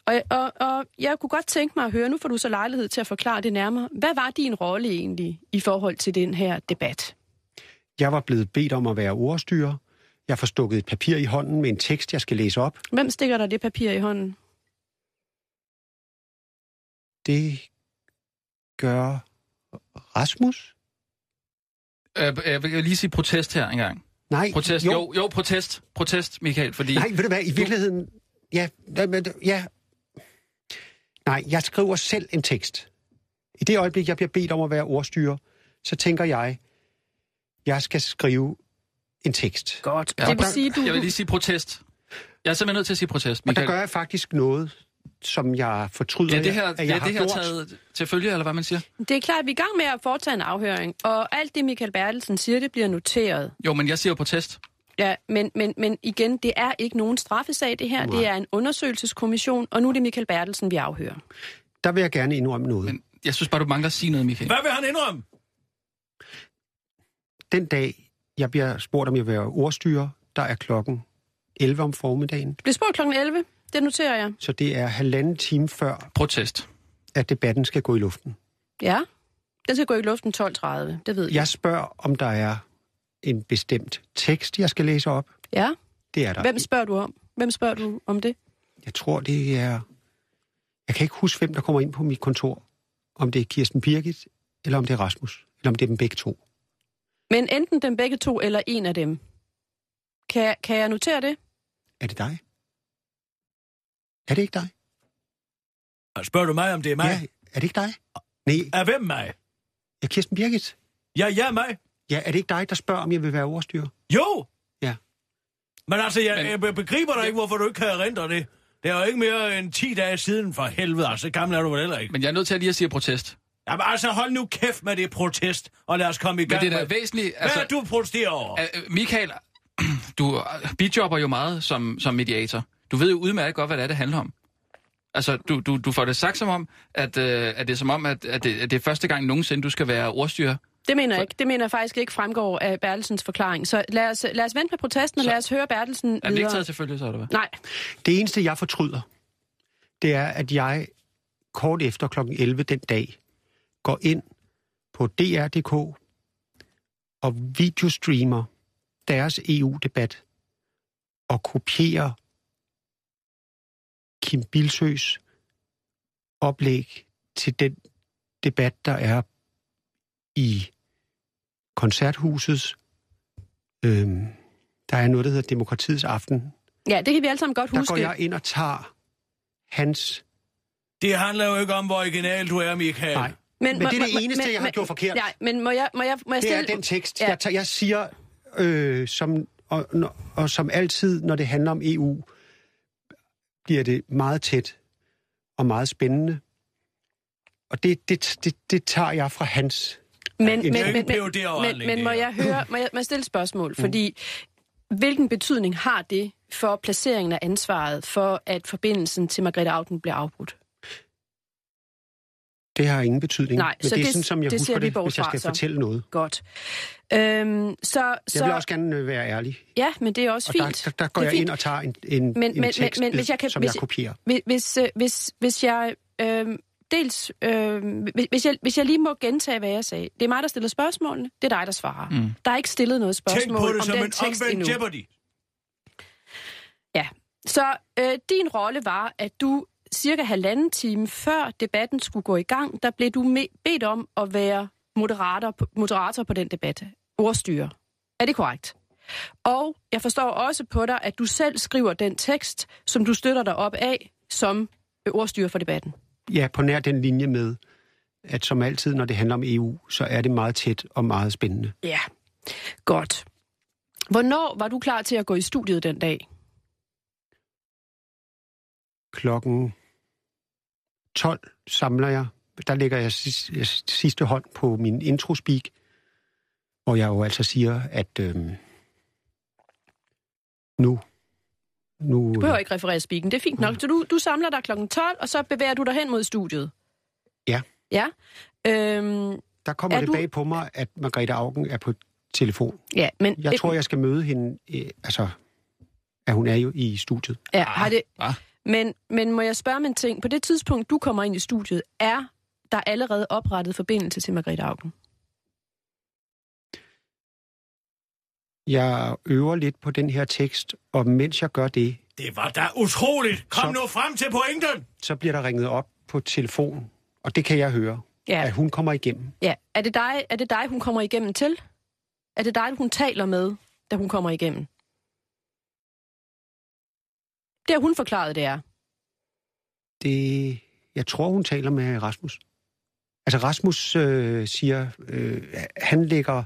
S6: og, og, og jeg kunne godt tænke mig at høre, nu får du så lejlighed til at forklare det nærmere. Hvad var din rolle egentlig i forhold til den her debat?
S3: Jeg var blevet bedt om at være ordstyre. Jeg får stukket et papir i hånden med en tekst, jeg skal læse op.
S6: Hvem stikker dig det papir i hånden?
S3: Det gør Rasmus?
S2: Øh, jeg vil lige sige protest her engang.
S3: Nej.
S2: Protest, jo. jo, jo, protest, protest, Michael, fordi...
S3: Nej, ved du hvad, i
S2: Jo.
S3: virkeligheden... Ja, ja, men, ja. Nej, jeg skriver selv en tekst. I det øjeblik, jeg bliver bedt om at være ordstyrer, så tænker jeg, jeg skal skrive en tekst.
S6: Godt.
S2: Ja,
S6: det vil
S2: der-
S6: sige, du...
S2: Jeg vil lige sige protest. Jeg er simpelthen nødt til at sige protest,
S3: Og der
S2: Michael.
S3: gør jeg faktisk noget, som jeg fortryder,
S2: Ja, det her,
S3: at jeg
S2: ja,
S3: har
S2: det her
S3: gjort.
S2: taget til følge, eller hvad man siger?
S6: Det er klart, at vi er i gang med at foretage en afhøring, og alt det, Michael Bertelsen siger, det bliver noteret.
S2: Jo, men jeg siger jo protest.
S6: Ja, men, men, men igen, det er ikke nogen straffesag, det her. Nej. Det er en undersøgelseskommission, og nu er det Michael Bertelsen, vi afhører.
S3: Der vil jeg gerne indrømme noget.
S2: Men jeg synes bare, du mangler at sige noget, Michael.
S4: Hvad vil han indrømme?
S3: Den dag, jeg bliver spurgt, om jeg vil være ordstyrer, der er klokken 11 om formiddagen.
S6: Det bliver spurgt kl. 11. Det noterer jeg.
S3: Så det er halvanden time før,
S2: Protest.
S3: at debatten skal gå i luften.
S6: Ja. Den skal gå i luften 12.30. Det ved jeg.
S3: Jeg spørger, om der er en bestemt tekst, jeg skal læse op.
S6: ja.
S3: Det er der.
S6: Hvem spørger du om? Hvem spørger du om det?
S3: Jeg tror, det er... Jeg kan ikke huske, hvem der kommer ind på mit kontor. Om det er Kirsten Birgit, eller om det er Rasmus. Eller om det er dem begge to.
S6: Men enten dem begge to, eller en af dem. Kan, kan jeg notere det?
S3: Er det dig? Er det ikke dig?
S4: Spørger du mig, om det er mig?
S3: Ja, er det ikke dig? Nej,
S4: Er hvem mig?
S3: er Kirsten Birgit?
S4: Ja, ja, mig.
S3: Ja, er det ikke dig, der spørger, om jeg vil være ordstyrer?
S4: Jo!
S3: Ja.
S4: Men altså, jeg,
S2: Men-
S4: jeg be- begriber dig ikke, hvorfor du ikke kan erindre det. Det er jo ikke mere end 10 dage siden, for helvede. Altså, så gammel er du vel heller ikke.
S2: Men jeg er nødt til at lige at sige protest.
S4: Jamen altså, hold nu kæft med det protest, og lad os komme i
S2: Men
S4: gang
S2: det er da altså-
S4: med...
S2: væsentligt...
S4: Hvad er du protesterer over?
S2: Øh, øh, Michael, du øh, bijobber jo meget som, som mediator. Du ved jo udmærket godt, hvad det er, det handler om. Altså, du, du, du får det sagt som om, at, øh, at det er som om, at, at, det, at det er første gang nogensinde, du skal være ordstyrer.
S6: Det mener jeg ikke. Det mener jeg faktisk ikke fremgår af Bertelsens forklaring. Så lad os, lad os vente med protesten, og lad os høre Bertelsen
S2: Er den ikke
S6: videre.
S2: taget til følge, så er det hvad?
S6: Nej,
S3: Det eneste, jeg fortryder, det er, at jeg kort efter kl. 11 den dag går ind på DR.dk og videostreamer deres EU-debat og kopierer Kim Bilsøs oplæg til den debat, der er i koncerthusets. Øhm, der er noget, der hedder Demokratiets Aften,
S6: ja, det kan vi alle sammen godt
S3: der
S6: huske.
S3: går jeg ind og tager hans...
S4: Det handler jo ikke om, hvor original du er, Michael.
S3: Nej, Men det er det eneste, jeg har gjort forkert.
S6: Nej, men må jeg, må jeg, må jeg
S3: det er
S6: stille...
S3: den tekst.
S6: Ja.
S3: Jeg, tager, jeg siger, øh, som, og, når- og som altid, når det handler om EU, bliver det meget tæt og meget spændende. Og det, det, det, det tager jeg fra hans.
S6: Men,
S3: Det er
S6: men,
S3: jo
S6: men,
S4: ikke
S6: men,
S4: en PhD-afhandling,
S6: men, men
S4: det
S6: må
S4: her.
S6: jeg høre, må jeg, må jeg stille et
S3: Mm.
S6: spørgsmål? Fordi hvilken betydning har det for placeringen af ansvaret for, at forbindelsen til Margrethe Augen bliver afbrudt?
S3: Det har ingen betydning.
S6: Nej,
S3: men
S6: så
S3: det er
S6: det-
S3: sådan, som jeg
S6: det ser
S3: husker
S6: vi
S3: det,
S6: bort
S3: hvis jeg
S6: fra,
S3: skal
S6: så.
S3: fortælle noget.
S6: Godt. Øhm, så,
S3: Jeg
S6: så,
S3: vil også gerne øh, være ærlig.
S6: Ja, men det er også
S3: Og
S6: fint.
S3: der, der, der går
S6: det er
S3: jeg
S6: fint.
S3: ind og tager en, en,
S6: Men-
S3: en
S6: men- men-
S3: tekst, øh,
S6: men hvis jeg kan-
S3: som
S6: hvis-
S3: jeg kopierer.
S6: Hvi- Hvis, øh, hvis, hvis jeg... Øh, dels, øh, hvis- hvis, jeg, hvis jeg lige må gentage, hvad jeg sagde. Det er mig, der stiller spørgsmålene. Det er dig, der svarer. Mm. Der er ikke stillet noget
S4: Tænk
S6: spørgsmål
S4: på det
S6: om
S4: som
S6: den
S4: en
S6: tekst
S4: omvendt
S6: endnu.
S4: jeopardy.
S6: Ja. Så øh, din rolle var, at du cirka halvanden time før debatten skulle gå i gang, der blev du me- bedt om at være moderator på, moderator på den debat. Ordstyre. Er det korrekt? Og jeg forstår også på dig, at du selv skriver den tekst, som du støtter dig op af som øh, ordstyre for debatten.
S3: ja, på nær den linje med, at som altid, når det handler om EU, så er det meget tæt og meget spændende.
S6: Ja, godt. Hvornår var du klar til at gå i studiet den dag?
S3: Klokken 12 samler jeg. Der lægger jeg sidste, jeg sidste hånd på min introspeak, hvor jeg jo altså siger, at øhm, nu... nu
S6: Du behøver ikke referere spikken, det er fint nok. Så du, du samler dig kl. 12, og så bevæger du dig hen mod studiet?
S3: Ja.
S6: Ja. Øhm,
S3: der kommer
S6: er
S3: det
S6: du-
S3: bag på mig, at Margrethe Augen er på telefon.
S6: ja, men...
S3: Jeg tror, jeg skal møde hende, øh, altså, at hun er jo i studiet.
S6: Ja, har det,
S2: Ah,
S6: men, men må jeg spørge om en ting? På det tidspunkt, du kommer ind i studiet, er der allerede oprettet forbindelse til Margrethe Augen?
S3: Jeg øver lidt på den her tekst, og mens jeg gør det,
S4: Det var da utroligt. Kom
S3: Så-
S4: nu frem til pointen.
S3: så bliver der ringet op på telefon, og det kan jeg høre, ja. at hun kommer igennem.
S6: ja. Er, det dig, er det dig, hun kommer igennem til? Er det dig, hun taler med, da hun kommer igennem? Det har hun forklaret, det er.
S3: Det, jeg tror, hun taler med Rasmus. Altså Rasmus øh, siger, øh, han lægger,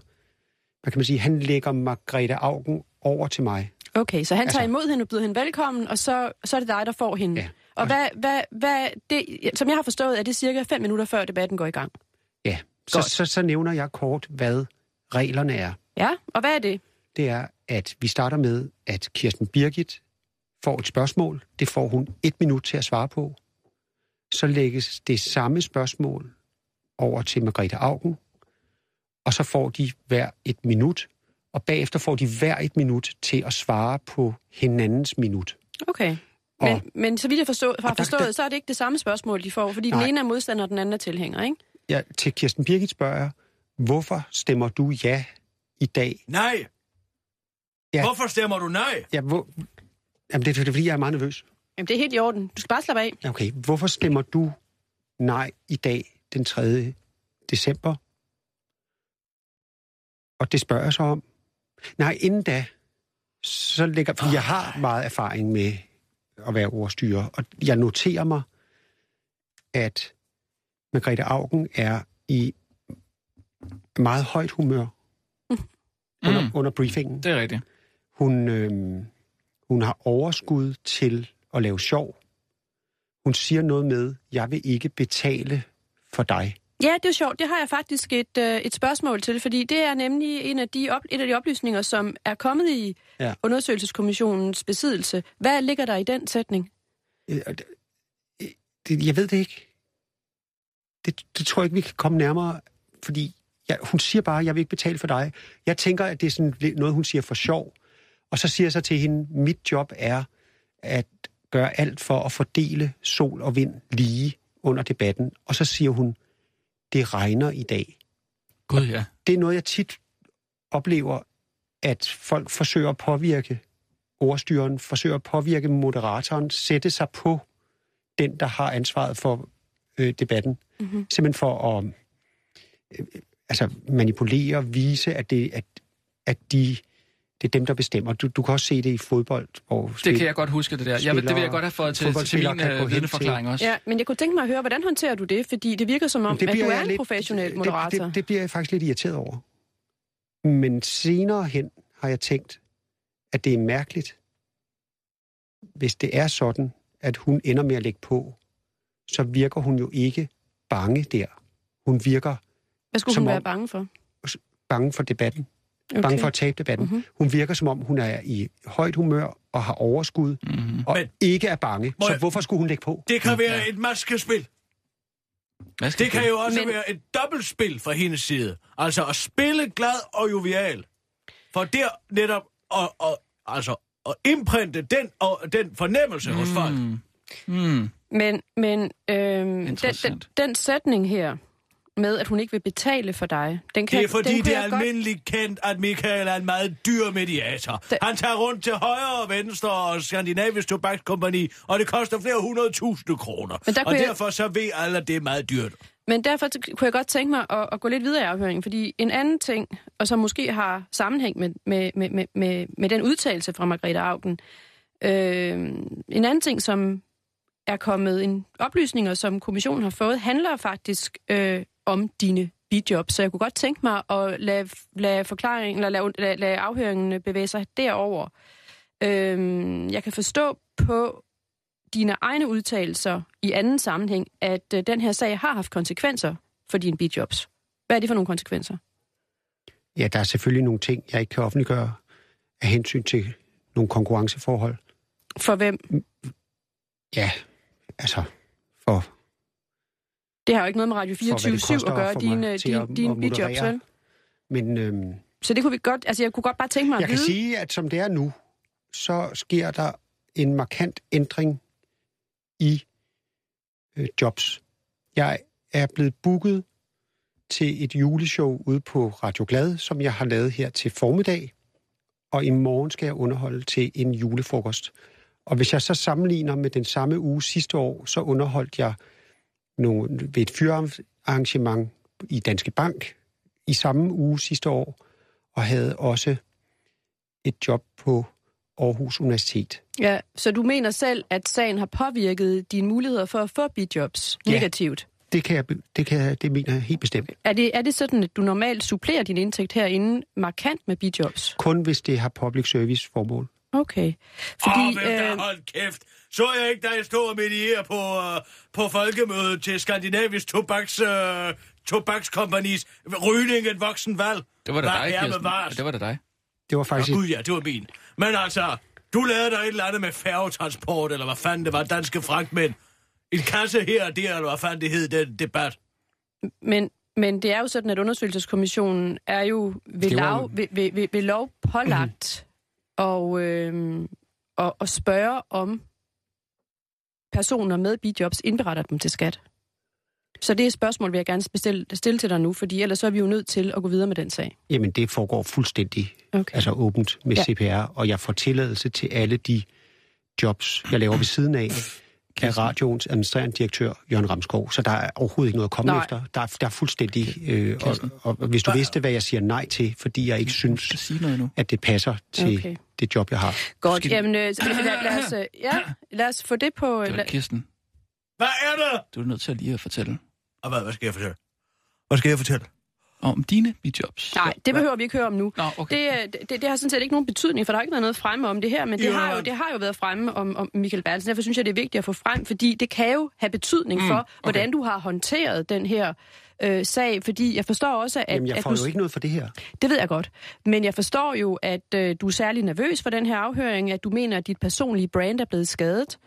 S3: hvad kan man sige, han lægger Margrethe Augen over til mig.
S6: Okay, så han tager
S3: Altså-
S6: imod hende og byder hende velkommen, og så, så er det dig, der får hende.
S3: Ja.
S6: Og hvad, hvad, hvad det, som jeg har forstået, er det cirka 5 minutter før debatten går i gang.
S3: Ja. Så,
S6: Godt.
S3: så, så nævner jeg kort, hvad reglerne er.
S6: Ja, og hvad er det?
S3: det er, at vi starter med, at Kirsten Birgit får et spørgsmål. Det får hun et minut til at svare på. Så lægges det samme spørgsmål over til Margrethe Augen, og så får de hver et minut, og bagefter får de hver et minut til at svare på hinandens minut.
S6: Okay. Men,
S3: Og-
S6: men så vidt jeg forstå, har
S3: Og der- der-
S6: forstået, så er det ikke det samme spørgsmål, de får, fordi
S3: Nej.
S6: den ene er modstander, og den anden er tilhænger, ikke?
S3: Ja, til Kirsten Birgit spørger jeg, hvorfor stemmer du ja i dag?
S4: Nej.
S3: Ja.
S4: Ja. Hvorfor stemmer du nej?
S3: Ja, hvor... Jamen, det er, det er, fordi jeg er meget nervøs.
S6: Jamen, det er helt i orden. Du skal bare slappe af.
S3: Okay, hvorfor stemmer du nej i dag, den 3. december? Og det spørger jeg så om. Nej, inden da, så ligger... Fordi jeg har meget erfaring med at være ordstyrer, og jeg noterer mig, at Margrethe Augen er i meget højt humør under,
S2: Mm.
S3: under briefingen.
S2: det er rigtigt.
S3: Hun, øh, hun har overskud til at lave sjov. Hun siger noget med, jeg vil ikke betale for dig.
S6: Ja, det er sjovt. Det har jeg faktisk et, øh, et spørgsmål til, fordi det er nemlig en af de op, et af de oplysninger, som er kommet i
S3: Ja.
S6: ja. undersøgelseskommissionens besiddelse. Hvad ligger der i den sætning?
S3: Øh, og det- øh, det- Jeg ved det ikke. Det, det tror jeg ikke, vi kan komme nærmere, fordi jeg, hun siger bare, jeg vil ikke betale for dig. Jeg tænker, at det er sådan lidt noget, hun siger for sjov. Og så siger jeg så til hende, mit job er at gøre alt for at fordele sol og vind lige under debatten. Og så siger hun, det regner i dag.
S2: Gud, ja.
S3: det er noget, jeg tit oplever, at folk forsøger at påvirke ordstyren, forsøger at påvirke moderatoren, sætte sig på den, der har ansvaret for øh, debatten. Mm-hmm. Simpelthen for at øh, altså manipulere, vise, at, det, at, at de, det er dem, der bestemmer. Du, du kan også se det i fodbold. Hvor
S2: Det kan jeg godt huske, det der. Jeg, ved- det vil jeg
S3: Spillere-
S2: godt have fået til, til
S3: fodboldspillere
S2: min
S3: kan gå hen
S2: øh,
S3: til-
S2: vidneforklaring også.
S6: Ja, men jeg kunne tænke mig at høre, hvordan håndterer du det? Fordi det virker som om,
S3: Men det
S6: at du
S3: bliver
S6: er
S3: jeg
S6: en
S3: lidt-
S6: professionel
S3: det-
S6: moderator.
S3: Det, det, det bliver jeg faktisk lidt irriteret over. Men senere hen har jeg tænkt, at det er mærkeligt, hvis det er sådan, at hun ender med at lægge på, så virker hun jo ikke bange der. Hun virker
S6: Hvad skulle
S3: som
S6: hun være
S3: om-
S6: bange for?
S3: bange for debatten,
S6: Okay.
S3: bange for at tabe debatten.
S6: Mhm.
S3: Mm-hmm. Hun virker som om, hun er i højt humør og har overskud,
S2: Mm-hmm.
S3: og
S4: Mhm. Men-
S3: ikke er bange.
S4: Må
S3: Så
S4: jeg-
S3: hvorfor skulle hun lægge på?
S4: Det kan være
S2: Ja.
S4: et maskespil.
S2: Hvad skal
S4: Det kan jo også
S6: Men-
S4: Men... være et dobbeltspil fra hendes side. Altså at spille glad og jovial. For der netop at, at, altså, at imprinte den, og, den fornemmelse mm. hos folk.
S2: Mm.
S6: Men, men øhm, den, den,
S2: Interessant.
S6: den sætning her med, at hun ikke vil betale for dig, den kan
S4: Det er
S6: jeg-
S4: fordi,
S6: den
S4: det er
S6: kunne jeg godt...
S4: almindeligt kendt, at Michael er en meget dyr mediator.
S6: Da-
S4: Han tager rundt til højre og venstre og Skandinavisk Tobakskompagni, og det koster flere hundredtusinde kroner.
S6: Men der
S4: Og
S6: kunne jeg-
S4: derfor så ved alle, at det er meget dyrt.
S6: Men derfor t- kunne jeg godt tænke mig at, at gå lidt videre i afhøringen, fordi en anden ting, og som måske har sammenhæng med, med, med, med, med, med den udtalelse fra Margrethe Augen, øh, en anden ting, som er kommet en oplysninger, som kommissionen har fået, handler faktisk øh, om dine bidjob. Så jeg kunne godt tænke mig at lade, lade, forklaringen, eller lade, lade, lade afhøringen øh, bevæge sig derover. Øhm, jeg kan forstå på dine egne udtalelser i anden sammenhæng, at øh, den her sag har haft konsekvenser for dine bidjobs. Hvad er det for nogle konsekvenser?
S3: Ja, der er selvfølgelig nogle ting, jeg ikke kan offentliggøre af hensyn til nogle konkurrenceforhold.
S6: For hvem?
S3: Ja, altså for...
S6: Det har jo ikke noget med Radio
S3: hvad det
S6: 24-7
S3: koster
S6: at gøre,
S3: for mig
S6: dine,
S3: til
S6: dine,
S3: at-
S6: dine
S3: at
S6: bidjobs,
S3: moderere.
S6: vel?
S3: Men øhm,
S6: Så det kunne vi godt, altså jeg kunne godt bare tænke mig at
S3: jeg kan
S6: vide.
S3: sige, at som det er nu, så sker der en markant ændring i øh, jobs. Jeg er blevet booket til et juleshow ude på Radio Glad, som jeg har lavet her til formiddag. Og i morgen skal jeg underholde til en julefrokost. Og hvis jeg så sammenligner med den samme uge sidste år, så underholdt jeg nogle, ved et fyrearrangement i Danske Bank i samme uge sidste år, og havde også et job på Aarhus Universitet.
S6: Ja, så du mener selv, at sagen har påvirket dine muligheder for at få bidjobs
S3: Ja.
S6: negativt?
S3: Det, kan jeg, det, kan jeg, det mener jeg helt bestemt.
S6: Er det, er det sådan, at du normalt supplerer din indtægt herinde markant med bidjobs?
S3: Kun hvis det har public service formål.
S6: Okay.
S4: Fordi,
S6: Fordi,
S4: Åh, hvem der
S6: øh,
S4: holdt kæft? Så jeg ikke, da jeg stod og medierer på, øh, på folkemødet til Skandinavisk Tobaks, øh, Tobakskompagnis Rygning et voksen valg.
S2: Det var da
S4: Hvad
S2: dig,
S4: er
S2: Kirsten.
S4: bevares?
S2: Det var da dig.
S3: Det var
S4: Nå,
S3: faktisk...
S4: gud ja, det var min. Men altså, du lavede der et eller andet med færgetransport, eller hvad fanden det var, danske fragtmænd. En kasse her og der, eller hvad fanden det hed, den debat.
S6: men, men det er jo sådan, at undersøgelselskommissionen er jo ved,
S3: Det var-
S6: lav, ved, ved, ved, ved lov pålagt og, øh, og, og spørge om personer med bidjobs indberetter dem til skat. Så det er et spørgsmål, vil jeg gerne bestille, stille til dig nu, fordi ellers så er vi jo nødt til at gå videre med den sag.
S3: Jamen, det foregår fuldstændig
S6: Okay.
S3: altså åbent med
S6: Ja.
S3: ja. CPR, og jeg får tilladelse til alle de jobs, jeg laver ved siden af, af radioens administrerende direktør, Jørgen Ramskov. Så der er overhovedet ikke noget at komme
S6: Nej.
S3: Nej. efter. Der er, der er fuldstændig... Øh, og, og, og hvis du vidste, hvad jeg siger nej til, fordi jeg ikke
S2: Du skal
S3: synes,
S2: sige noget nu.
S3: at det passer til
S6: Okay.
S3: okay. det job, jeg har.
S6: Godt,
S2: Skal
S6: skal...
S2: vi-
S6: jamen øh, så lad, lad, os, øh, ja, lad os få det på...
S2: Det var
S6: La,
S2: da Kirsten.
S4: Hvad er det?
S2: Du er nødt til at lige at fortælle
S4: Og hvad, hvad skal jeg fortælle? Hvad skal jeg fortælle?
S2: om dine bidjobs.
S6: nej, det behøver vi ikke høre om nu.
S2: Nå, okay.
S6: Det, øh, det, det har sådan set ikke nogen betydning, for der har ikke været noget fremme om det her, men det,
S4: Jo.
S6: har, jo, det har jo været fremme om, om Michael Bertelsen. Derfor synes jeg, det er vigtigt at få frem, fordi det kan jo have betydning for, mm, okay. hvordan du har håndteret den her øh, sag. Fordi jeg forstår også, at...
S3: Jamen, jeg
S6: at
S3: får
S6: du,
S3: jo ikke noget for det her.
S6: Det ved jeg godt. Men jeg forstår jo, at øh, du er særlig nervøs for den her afhøring, at du mener, at dit personlige brand er blevet skadet.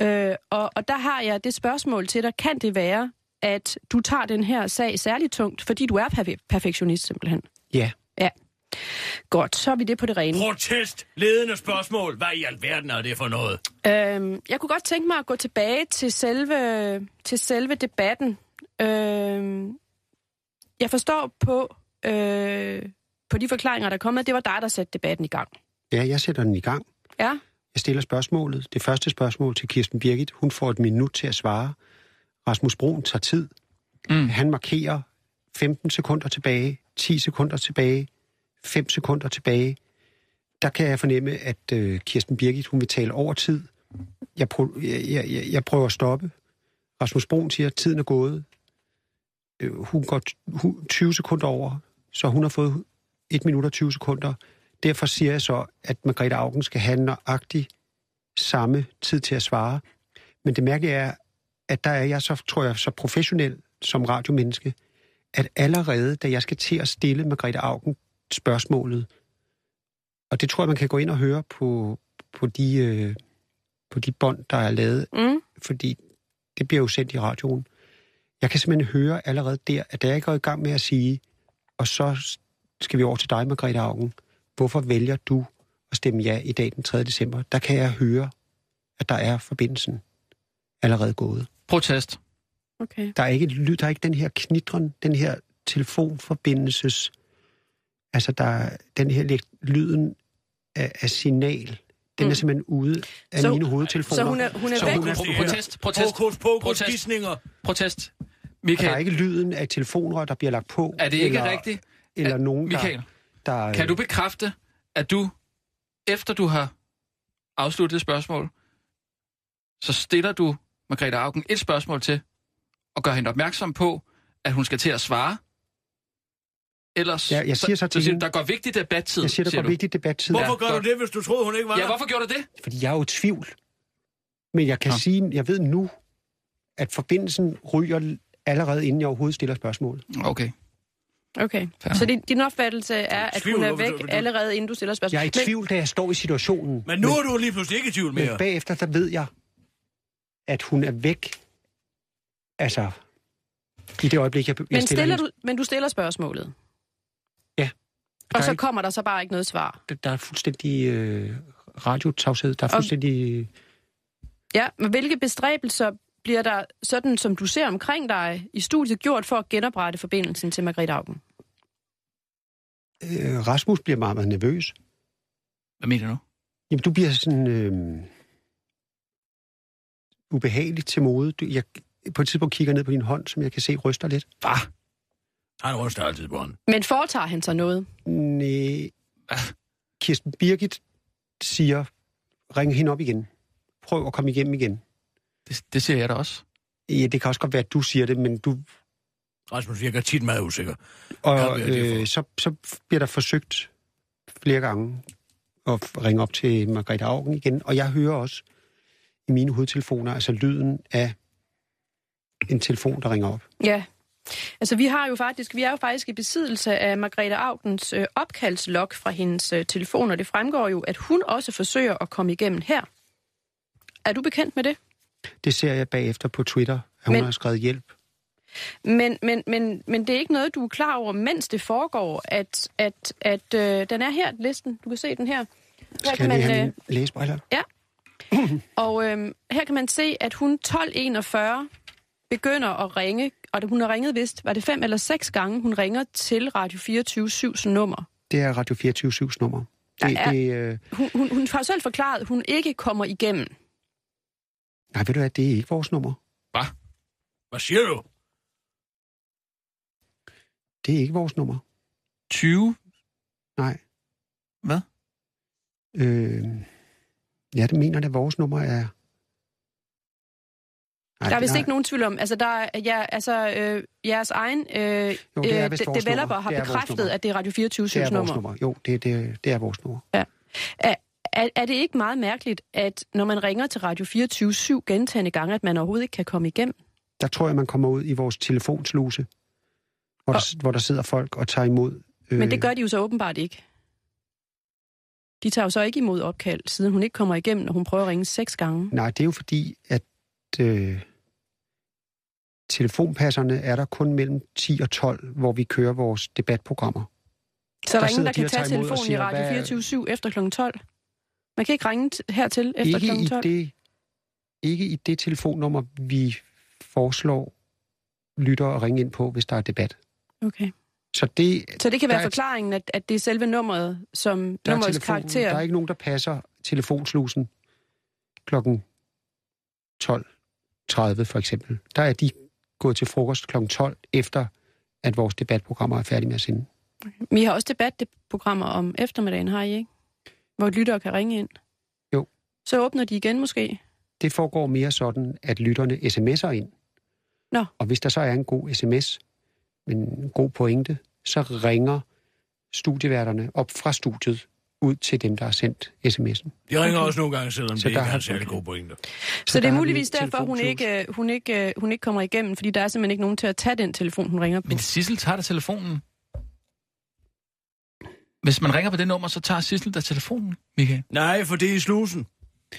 S6: Øh, og, og der har jeg det spørgsmål til dig. Kan det være, at du tager den her sag særligt tungt, fordi du er perfe- perfektionist simpelthen?
S3: Ja.
S6: Ja. Godt, så er vi det på det rene.
S4: Protest! Ledende spørgsmål. Hvad i alverden er det for noget?
S6: Øhm, jeg kunne godt tænke mig at gå tilbage til selve, til selve debatten. Øhm, jeg forstår på, øh, på de forklaringer, der er kommet, at det var dig, der satte debatten i gang.
S3: Ja, jeg sætter den i gang.
S6: Ja?
S3: Jeg stiller spørgsmålet. Det første spørgsmål til Kirsten Birgit. Hun får et minut til at svare. Rasmus Brun tager tid.
S2: Mm.
S3: Mm. Han markerer 15 sekunder tilbage, 10 sekunder tilbage, 5 sekunder tilbage. Der kan jeg fornemme, at øh, Kirsten Birgit hun vil tale over tid. Jeg, prø- jeg, jeg, jeg- jeg prøver at stoppe. Rasmus Brun siger, at tiden er gået. Øh, hun går t- hun- 20 sekunder over, så hun har fået 1 minut og 20 sekunder. Derfor siger jeg så, at Margrethe Augen skal have nøjagtig samme tid til at svare. Men det mærkelige er, at der er jeg så, tror jeg, så professionel som radiomenneske, at allerede da jeg skal til at stille Margrethe Augen spørgsmålet, og det tror jeg, man kan gå ind og høre på, på, de, øh, på de bånd, der er lavet,
S6: Mm.
S3: fordi det bliver jo sendt i radioen. Jeg kan simpelthen høre allerede der, at da jeg går i gang med at sige, og så skal vi over til dig, Margrethe Augen, hvorfor vælger du at stemme ja i dag den 3. december? Der kan jeg høre, at der er forbindelsen allerede gået.
S2: Protest.
S6: Okay.
S3: Der er ikke, et lyd, der er ikke den her knitren, den her telefonforbindelses... Altså, der er den her lidt- lyden af, af signal. Den mm.
S6: Mm.
S3: er simpelthen ude af
S6: Så-
S3: mine hovedtelefoner.
S6: Så hun er, hun er
S2: Så
S6: væk.
S2: hun er pro- protest, protest,
S4: Fokus på
S2: Protest.
S4: gisninger.
S2: protest.
S3: Og der er
S2: Michael,
S3: ikke lyden af telefonrør, der bliver lagt på.
S2: er det ikke
S3: eller,
S2: rigtigt?
S3: Eller
S2: Er-
S3: nogen,
S2: Michael,
S3: der... der øh,
S2: kan du bekræfte, at du, efter du har afsluttet det spørgsmål, så stiller du Margrethe Augen et spørgsmål til, og gør hende opmærksom på, at hun skal til at svare. Ellers,
S3: Ja, jeg siger så til
S2: siger, du,
S3: hende-
S2: der går vigtig debattid,
S3: Jeg siger, der
S2: siger
S3: går
S2: du.
S3: vigtig debattid.
S4: Hvorfor
S2: Ja,
S4: gør
S2: godt.
S4: du det, hvis du troede, hun ikke var
S2: Ja,
S4: der?
S2: hvorfor gjorde du det?
S3: Fordi jeg er jo i tvivl. Men jeg kan
S2: Nå.
S3: ja. sige, jeg ved nu, at forbindelsen ryger allerede inden jeg overhovedet stiller spørgsmål.
S6: Altså,
S2: Okay.
S6: Okay.
S2: Fair.
S6: Så din, din opfattelse er,
S4: i
S6: at
S4: tvivl,
S6: hun er
S4: hvorfor
S6: væk
S4: du- du-
S6: allerede, inden du stiller spørgsmål.
S3: Jeg er i
S6: Men-
S3: tvivl, da jeg står i situationen.
S4: Men nu er du lige pludselig ikke i tvivl
S3: men,
S4: mere.
S3: men bagefter, der ved jeg, at hun er væk. Altså, i det øjeblik, jeg, jeg
S6: Men, stiller
S3: hende-
S6: du, men du stiller spørgsmålet.
S3: Ja. Der
S6: Og
S3: er
S6: så
S3: ikke-
S6: kommer der så bare ikke noget svar.
S3: Der er fuldstændig øh, radiotavshed. Der er
S6: Og-
S3: fuldstændig...
S6: Ja, men hvilke bestræbelser bliver der, sådan som du ser omkring dig i studiet, gjort for at genoprette forbindelsen til Margrethe Augen?
S3: Øh, Rasmus bliver meget, meget nervøs.
S2: Hvad mener du?
S3: Jamen, du bliver sådan øh, ubehagelig til mode. Du, jeg, på et tidspunkt kigger jeg ned på din hånd, som jeg kan se ryster lidt.
S2: Hvad?
S4: Han ryster altid på hånden.
S6: Men foretager han sig noget?
S3: Næh. Kirsten Birgit siger, ring hende op igen. Prøv at komme igennem igen.
S2: Det, det siger jeg da også.
S3: Ja, det kan også godt være, at du siger det, men du...
S4: Rasmus virker tit meget usikker.
S3: Og
S4: Hvad bliver det for?
S3: øh, så, så bliver der forsøgt flere gange at f- ringe op til Margrethe Augen igen. Og jeg hører også i mine hovedtelefoner, altså lyden af en telefon, der ringer op.
S6: Ja. Altså, vi har jo faktisk, vi er jo faktisk i besiddelse af Margrethe Augens øh, opkaldslog fra hendes øh, telefon, og det fremgår jo, at hun også forsøger at komme igennem her. Er du bekendt med det?
S3: Det ser jeg bagefter på Twitter, at hun
S6: Men-
S3: men... har skrevet hjælp.
S6: Men, men, men, men det er ikke noget, du er klar over, mens det foregår, at, at, at øh, den er her, listen. Du kan se den her. Her
S3: Skal
S6: kan
S3: jeg lige
S6: man,
S3: have
S6: øh,
S3: mine læsebriller?
S6: og øh, her kan man se, at hun 1241 begynder at ringe, og det- hun har ringet vist, var det fem eller seks gange, hun ringer til Radio 24 nummer.
S3: Det er Radio 24 nummer. Det,
S6: Der er-
S3: det, øh...
S6: Hun, hun, hun har selv forklaret, at hun ikke kommer igennem.
S3: Nej, ved du hvad, det er ikke vores nummer.
S4: Hvad siger du?
S3: Det er ikke vores nummer.
S2: 20?
S3: Nej.
S2: Hvad?
S3: Øh... Ja, det mener, at vores nummer er... Nej,
S6: Der er vist
S3: nej.
S6: ikke nogen tvivl om. Altså, der er, ja, altså øh, jeres egen øh,
S3: Jo, det er
S6: øh,
S3: vist vores
S6: developer
S3: nummer.
S6: har
S3: Det er vores
S6: bekræftet,
S3: nummer.
S6: at det er Radio
S3: det
S6: 24
S3: er vores
S6: nummer.
S3: nummer. Jo, det, det, det er vores nummer.
S6: Er, er det ikke meget mærkeligt, at når man ringer til Radio 24 gentagende gange, at man overhovedet ikke kan komme igennem?
S3: Der tror jeg, man kommer ud i vores telefonsluse, hvor, der, hvor der sidder folk og tager imod. Øh...
S6: Men det gør de jo så åbenbart ikke. De tager jo så ikke imod opkald, siden hun ikke kommer igennem, når hun prøver at ringe seks gange.
S3: Nej, det er jo fordi, at øh, telefonpasserne er der kun mellem 10 og 12, hvor vi kører vores debatprogrammer.
S6: Så er der,
S3: Der
S6: ingen,
S3: sidder
S6: der
S3: de
S6: kan
S3: og
S6: tage
S3: tager imod og
S6: telefonen i
S3: siger,
S6: Radio
S3: hvad-
S6: 24 efter kl. 12. Man kan ikke ringe t- hertil efter
S3: ikke,
S6: kl. 12.
S3: i det, ikke i det telefonnummer, vi foreslår lytter at ringe ind på, hvis der er debat.
S6: Okay.
S3: Så det
S6: Så det kan
S3: Der
S6: være
S3: er-
S6: forklaringen, at, at det er selve nummeret, som
S3: der er,
S6: nummerets
S3: telefonen,
S6: karakter.
S3: der er ikke nogen, der passer telefonslusen klokken 12.30 for eksempel. Der er de gået til frokost klokken 12, efter at vores debatprogrammer er færdige med at sende.
S6: Vi har også debatprogrammer om eftermiddagen, har I ikke? Hvor lyttere kan ringe ind.
S3: Jo.
S6: Så åbner de igen måske.
S3: Det foregår mere sådan, at lytterne sms'er ind.
S6: Nå.
S3: Og hvis der så er en god sms, men en god pointe, så ringer studieværterne op fra studiet ud til dem, der har sendt sms'en.
S4: De ringer også nogle gange, selvom
S3: Så
S4: det
S3: der
S4: ikke er
S3: har-
S4: en særlig god pointe.
S6: Så, så det
S3: der
S6: er
S3: har vi
S6: muligvis derfor, hun
S3: telefonklubben.
S6: ikke, øh, hun, ikke, øh, hun ikke kommer igennem, fordi der er simpelthen ikke nogen til at tage den telefon, hun ringer på.
S2: Men Sissel tager da telefonen. Hvis man ringer på det nummer, så tager Sissel da telefonen, Michael.
S4: Nej, for det er i slusen.